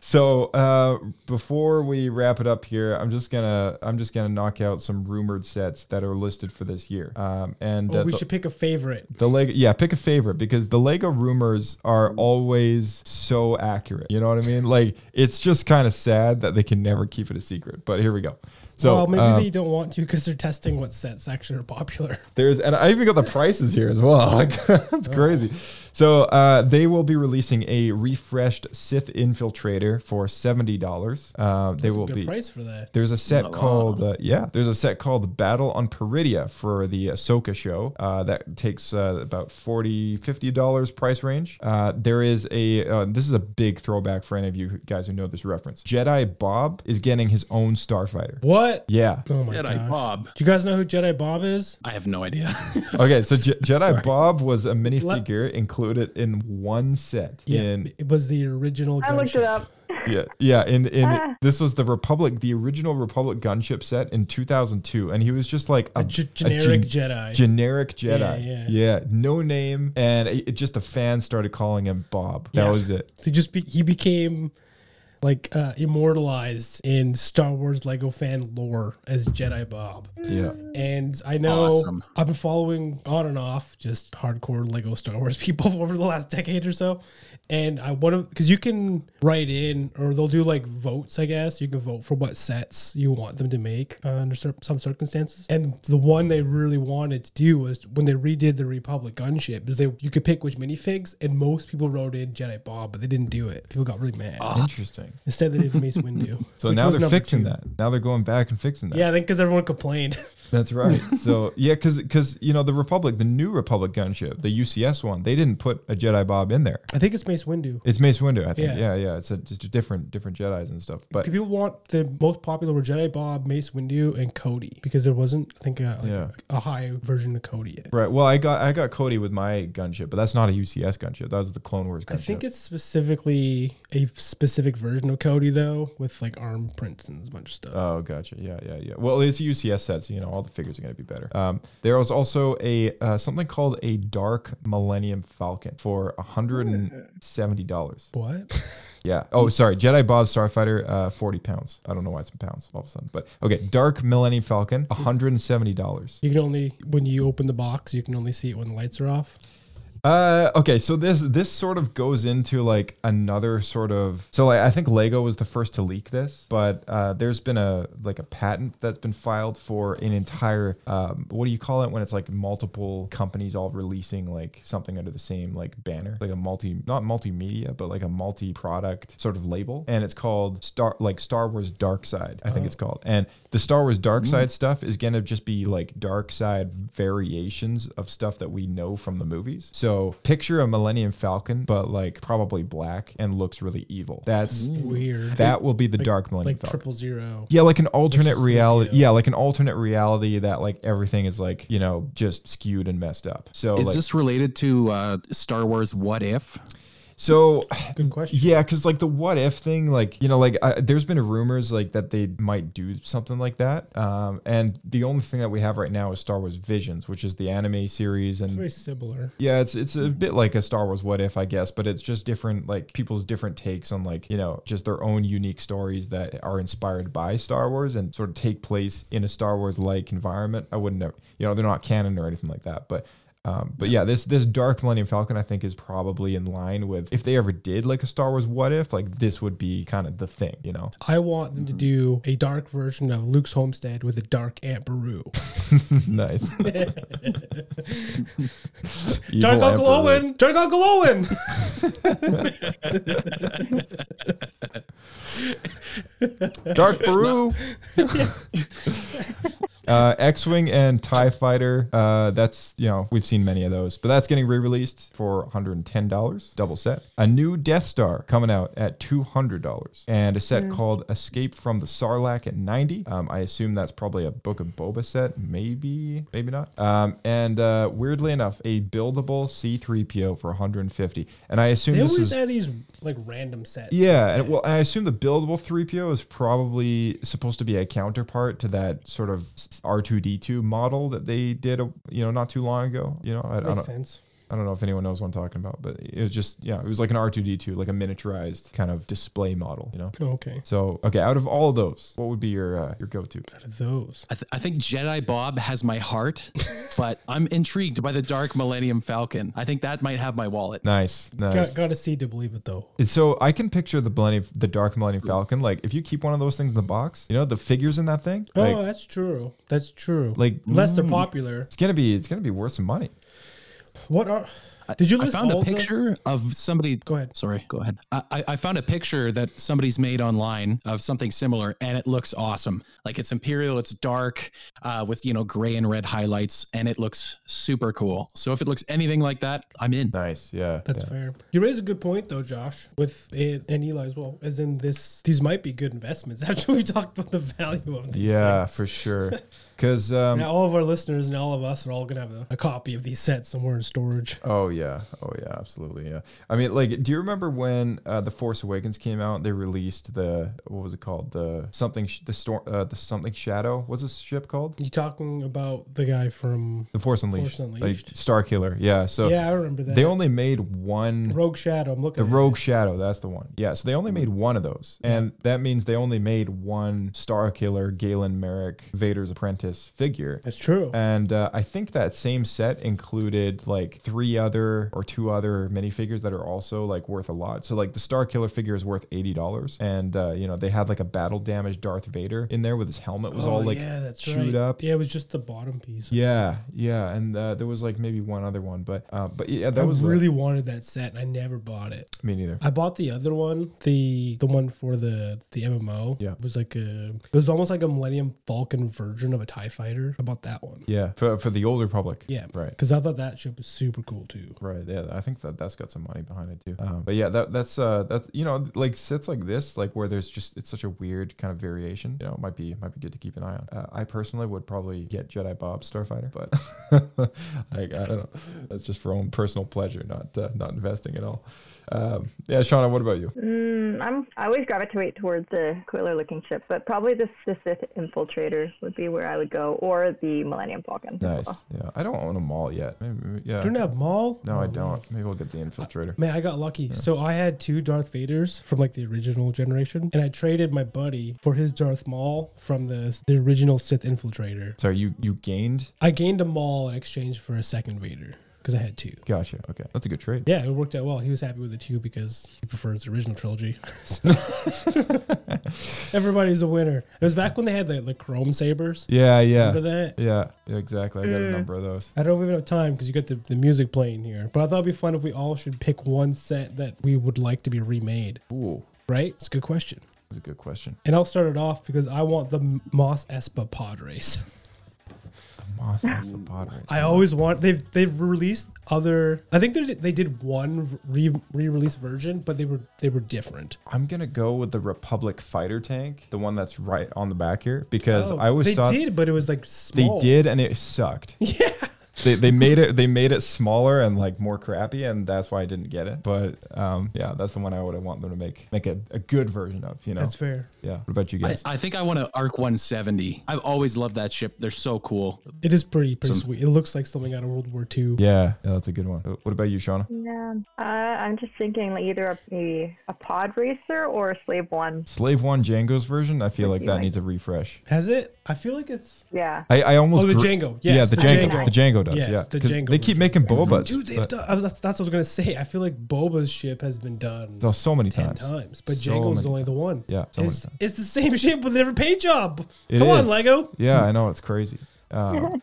So uh, before we wrap it up here, I'm just gonna I'm just gonna knock out some rumored sets that are listed for this year. Um, and
Oh,
uh,
we
the-
should pick a favorite.
The Lego, yeah, pick a favorite because the Lego rumors are always so accurate. You know what I mean? Like it's just kind of sad that they can never keep it a secret. But here we go. So
well, maybe
um,
they don't want to because they're testing what sets actually are popular.
there's, and I even got the prices here as well. Like,
Oh,
that's crazy. So uh, they will be releasing a refreshed Sith Infiltrator for seventy dollars. Uh, they
That's a
will
good
be
price for that.
There's a set
Not a lot.
called uh, yeah. There's a set called Battle on Peridia for the Ahsoka show uh, that takes uh, about 40 dollars price range. Uh, there is a uh, this is a big throwback for any of you guys who know this reference. Jedi Bob is getting his own starfighter.
What?
Yeah.
Oh my
Jedi
gosh.
Bob.
Do you guys know who Jedi Bob is?
I have no idea.
okay, so Je- Jedi
Sorry.
Bob was a minifigure included in one set.
Yeah,
In
it was the original.
I looked
gunship.
it up.
yeah, yeah, in in
Ah.
this was the Republic, the original Republic gunship set in 2002, and he was just like a,
ge-
a
generic Jedi.
generic Jedi,
Yeah,
yeah, no name, and it, it just the fans started calling him Bob. That
Yeah.
was it.
He just be, he became like uh, immortalized in Star Wars Lego fan lore as Jedi Bob.
Yeah.
And I know
Awesome.
I've been following on and off just hardcore Lego Star Wars people over the last decade or so. And I want to, because you can write in or they'll do like votes, I guess. You can vote for what sets you want them to make uh, under cer- some circumstances. And the one they really wanted to do was when they redid the Republic gunship, is they you could pick which minifigs, and most people wrote in Jedi Bob, but they didn't do it. People got really mad.
Interesting.
Instead, they did Mace Windu.
So
Ah. which
now
was
they're
number
fixing
two.
that. Now they're going back and fixing that.
Yeah, I think because everyone complained.
That's right. so yeah, because you know the Republic, the new Republic gunship, the UCS one, they didn't put a Jedi Bob in there.
I think it's Mace Windu.
It's Mace Windu, I think.
Yeah.
Yeah, yeah. It's a, just a different different Jedi's and stuff. But
people want the most popular were Jedi Bob, Mace Windu, and Cody because there wasn't, I think, a, like,
Yeah.
a high version of Cody yet.
Right. Well, I got I got Cody with my gunship, but that's not a UCS gunship. That was the Clone Wars gunship.
I think it's specifically a specific version of Cody though, with like arm prints and a bunch of
Uh.
stuff.
Oh, gotcha. Yeah, yeah, yeah. Well, it's a UCS set, so you know all the figures are going to be better. Um, there was also a uh, something called a Dark Millennium Falcon for hundred and seventy dollars.
What?
Yeah. Oh, sorry. Jedi Bob Starfighter, uh, forty pounds. I don't know why it's in pounds all of a sudden, but okay. Dark Millennium Falcon, one hundred and seventy dollars.
You can only when you open the box, you can only see it when the lights are off.
Uh, okay, so this this sort of goes into like another sort of so like, I think Lego was the first to leak this, but uh, there's been a like a patent that's been filed for an entire um, what do you call it when it's like multiple companies all releasing like something under the same like banner, like a multi not multimedia but like a multi product sort of label, and it's called Star like Star Wars Dark Side, I think it's called, and the Star Wars Dark
Mm.
Side stuff is gonna just be like Dark Side variations of stuff that we know from the movies. So picture a Millennium Falcon, but like probably black and looks really evil. That's
Weird.
That will be the
Like-
Dark Millennium
like
Falcon.
triple zero.
Yeah, like an alternate
versus three
reality.
PO.
Yeah, like an alternate reality that like everything is like you know just skewed and messed up. So
Is
like,
this related to uh, Star Wars What If?
So
good question.
Yeah, because like the what if thing, like you know, like I, there's been rumors like that they might do something like that. Um, and the only thing that we have right now is Star Wars Visions, which is the anime series, and
Very similar.
yeah, it's it's a bit like a Star Wars what if, I guess, but it's just different like people's different takes on like, you know, just their own unique stories that are inspired by Star Wars and sort of take place in a Star Wars like environment. I wouldn't know, you know, they're not canon or anything like that, but Um, but yeah, this this Dark Millennium Falcon I think is probably in line with if they ever did like a Star Wars What If, like this would be kind of the thing, you know?
I want them to do a dark version of Luke's Homestead with a dark Aunt Beru.
nice.
dark
Evil
Uncle
Emperor.
Owen! Dark Uncle Owen!
Dark Brew. uh, X-wing and Tie Fighter. Uh, that's you know we've seen many of those, but that's getting re-released for 110 dollars, double set. A new Death Star coming out at 200 dollars, and a
Hmm.
set
Mm.
called Escape from the Sarlacc at 90. Um, I assume that's probably a Book of Boba set, maybe, maybe not. Um, and uh, weirdly enough, a buildable C-3PO for 150. And I assume
they
this
always
is
have these like random sets.
yeah, and, well, I assume the buildable 3PO is probably supposed to be a counterpart to that sort of R2D2 model that they did, uh, you know, not too long ago. You know, I, I
Makes
don't-
sense.
I don't know if anyone knows what I'm talking about, but it was just, yeah, it was like an R2D2, like a miniaturized kind of display model, you know?
Oh, Okay.
So, okay, out of all of those, what would be your uh, your go to?
Those.
I, th- I think Jedi Bob has my heart, but I'm intrigued by the Dark Millennium Falcon. I think that might have my wallet.
Nice, nice.
Got, got to see to believe it though.
And so I can picture the millennium, the Dark Millennium Falcon. Like, if you keep one of those things in the box, you know, the figures in that thing, like,
oh, that's true. That's true.
like
Unless they're
mm,
popular.
It's gonna be it's gonna be worth some money.
What are? Did you
I
list
found
all
a
the-
picture of somebody.
Go ahead.
Sorry, go ahead. I, I- I found a picture that somebody's made online of something similar, and it looks awesome. Like it's imperial, it's dark, uh, with you know gray and red highlights, and it looks super cool. So if it looks anything like that, I'm in.
Nice, yeah.
That's fair. You raise a good point though, Josh, with it and Eli as well. As in this, these might be good investments. After we talked about the value of these,
yeah,
things.
for sure. Because um,
now all of our listeners and all of us are all gonna have a, a copy of these sets somewhere in storage.
Oh yeah, oh yeah, absolutely. Yeah, I mean, like, do you remember when uh, the Force Awakens came out? They released the what was it called? The something, sh- the storm, uh, the something shadow. What's this ship called?
You talking about the guy from
The Force Unleashed,
Force Unleashed.
like Star Killer. Yeah, so
Yeah, I remember that.
They only made one
Rogue Shadow? I'm looking.
The Rogue Shadow, that's the one. Yeah, so they only made one of those. And that means they only made one Star Killer, Galen Merrick, Vader's apprentice figure.
That's true.
And uh, I think that same set included like three other or two other minifigures that are also like worth a lot. So, like, the Star Killer figure is worth $80. And, uh, you know, they had like a battle damaged Darth Vader in there with his helmet was
Oh,
all like
yeah, that's right.
chewed up.
Yeah, it was just the bottom piece.
Yeah, yeah, and uh, there was like maybe one other one, but uh, but yeah, that
I
was like-
really wanted that set and I never bought it.
me neither.
I bought the other one, the the one for the the MMO.
Yeah.
it was like a it was almost like a Millennium Falcon version of a Tie Fighter. I bought that one.
Yeah, for, for the older public.
Yeah,
right.
because I thought that ship was super cool too.
Right. Yeah, I think that that's got some money behind it too. Um, but yeah, that that's uh that's you know like sets like this like where there's just it's such a weird kind of variation. You know, it might be might be good to keep an eye on. Uh, I personally would probably get Jedi Bob Starfighter, but like I don't know, that's just for own personal pleasure, not uh, not investing at all. Um, yeah, Shauna, what about you?
Mm, I'm, I always gravitate towards the Quiller looking ship, but probably the the Sith Infiltrator would be where I would go, or the Millennium Falcon.
Nice. Yeah, I don't own a mall yet. Maybe, maybe- yeah.
Don't have Maul?
No,
Oh,
I don't. Maybe we'll get the infiltrator.
Man, I got lucky. So I had two Darth Vaders from like the original generation, and I traded my buddy for his Darth Maul from the the original Sith Infiltrator.
Sorry, you you gained.
I gained a Maul in exchange for a second Vader because I had two.
Gotcha. Okay, that's a good trade.
Yeah, it worked out well. He was happy with the two because he prefers the original trilogy. So- Everybody's a winner. It was back when they had the, the chrome sabers.
Yeah, yeah.
Remember that?
Yeah, yeah, exactly. I got a
Mm.
number of those.
I don't even have time because you got the, the music playing here. But I thought it'd be fun if we all should pick one set that we would like to be remade.
Ooh.
Right? It's a good question.
That's a good question.
And I'll start it off because I want the M- Moss Espa Padres.
Moss has the pod right
I always want they've they've released other. I think they did- they did one re release version, but they were they were different.
I'm gonna go with the Republic fighter tank, the one that's right on the back here, because
Oh,
I always
they
thought
did, but it was like
they
small.
did, and it sucked. Yeah, they, they made it they made it smaller and like more crappy, and that's why I didn't get it. But um, yeah, that's the one I would want them to make make a, a good version of. You know,
That's fair.
Yeah. What about you
I,
guys?
I think I want to arc 170. I've always loved that ship. They're so cool.
It is pretty pretty
Some-
sweet. It looks like something out of World War II.
yeah, yeah, that's a good one. What about you, Shauna?
Yeah, on? Uh, I'm just thinking like either a, maybe a pod racer or a slave one.
Slave One Django's version. I feel like
be
that
like-
needs a refresh.
Has it? I feel like it's.
Yeah.
I, I almost
Oh, the
gr-
Django. Yes,
yeah, the, Django. The Django does.
Yes,
yeah,
the
'Cause
Django.
They keep making Bobas.
Dude, they've
but-
done, I was- that's, that's what I was gonna say. I feel like Boba's ship has been done
Oh, so many
ten
times.
times, but
So
Django's
many
only the
times.
one.
Yeah, so many
it's, it's the same ship with a different paint job.
It
Come on,
is.
Lego.
Yeah, I know it's crazy. Um,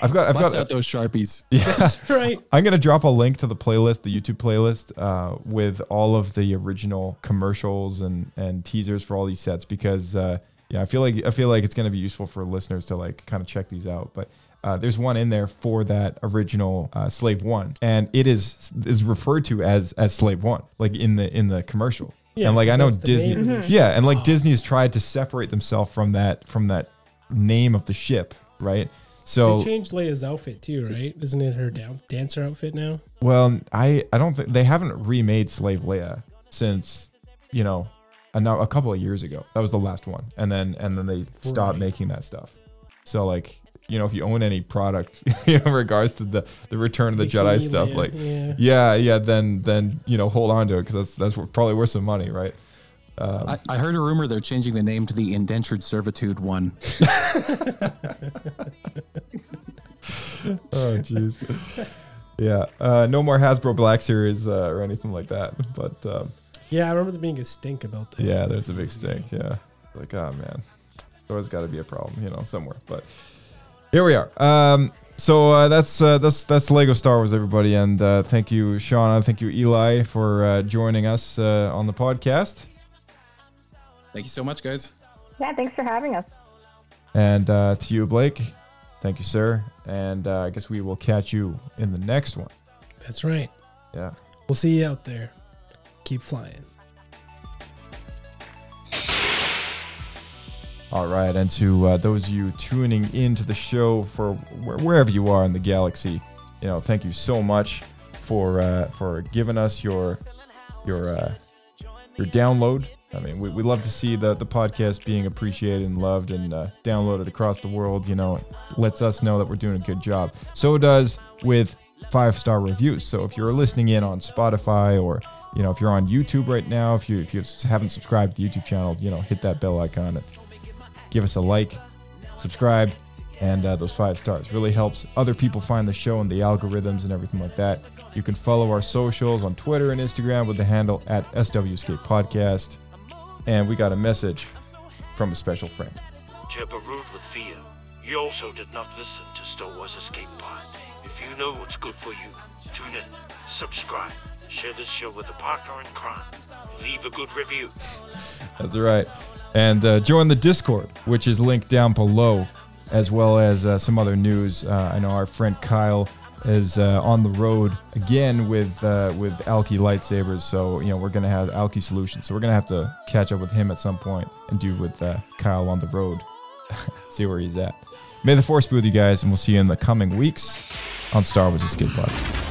I've got, I've
Bust
got
out those sharpies.
Yeah.
right.
I'm gonna drop a link to the playlist, the YouTube playlist, uh, with all of the original commercials and and teasers for all these sets because uh, yeah, I feel like I feel like it's gonna be useful for listeners to like kind of check these out, but. Uh, there's one in there for that original uh, slave one, and it is is referred to as as slave one, like in the in the commercial.
Yeah,
and like I know
because that's the
Disney,
name of the
yeah, and like Disney's tried to separate themselves from that from that name of the ship, right? So
they changed Leia's outfit too, right? Isn't it her down, dancer outfit now?
Well, I I don't think they haven't remade Slave Leia since you know a, no- a couple of years ago. That was the last one, and then and then they stopped
Right.
making that stuff. So like you know if you own any product in regards to the the Return of the Jedi
Bikini
stuff,
Leia,
like
yeah.
yeah. yeah then then you know hold on to it because that's that's wor- probably worth some money, right? Um,
I, I heard a rumor they're changing the name to the indentured servitude one.
oh jeez. Yeah, uh, no more Hasbro Black Series uh, or anything like that. But um,
Yeah, I remember there being a stink about that.
Yeah, there's a big stink. Yeah. Like, oh, man. There's got to be a problem, you know, somewhere. But here we are. Um, so uh, that's uh, that's that's Lego Star Wars, everybody, and uh, thank you, Shauna, thank you, Eli, for uh, joining us uh, on the podcast.
Thank you so much, guys.
Yeah, thanks for having us.
And uh, to you, Blake, thank you, sir. And uh, I guess we will catch you in the next one.
That's right.
Yeah.
We'll see you out there. Keep flying.
All right, and to uh, those of you tuning into the show for wh- wherever you are in the galaxy, you know, thank you so much for uh, for giving us your your uh, your download. I mean, we, we love to see the the podcast being appreciated and loved and uh, downloaded across the world. You know, it lets us know that we're doing a good job. So does with five star reviews. So if you're listening in on Spotify or you know if you're on YouTube right now, if you if you haven't subscribed to the YouTube channel, you know hit that bell icon. It give us a like, subscribe, and uh, those five stars really helps other people find the show and the algorithms and everything like that. You can follow our socials on Twitter and Instagram with the handle at SWScape Podcast. And we got a message from a special friend.
Jabberud with fear. You also did not listen to Star Wars Escape Pod. If you know what's good for you, tune in, subscribe, share this show with a partner in crime, leave a good review.
That's right. And uh, join the Discord, which is linked down below, as well as uh, some other news. Uh, I know our friend Kyle is uh, on the road again with uh, with Alki lightsabers, so you know we're gonna have Alki solutions. So we're gonna have to catch up with him at some point and do with uh, Kyle on the road, see where he's at. May the force be with you guys, and we'll see you in the coming weeks on Star Wars Escape Pod.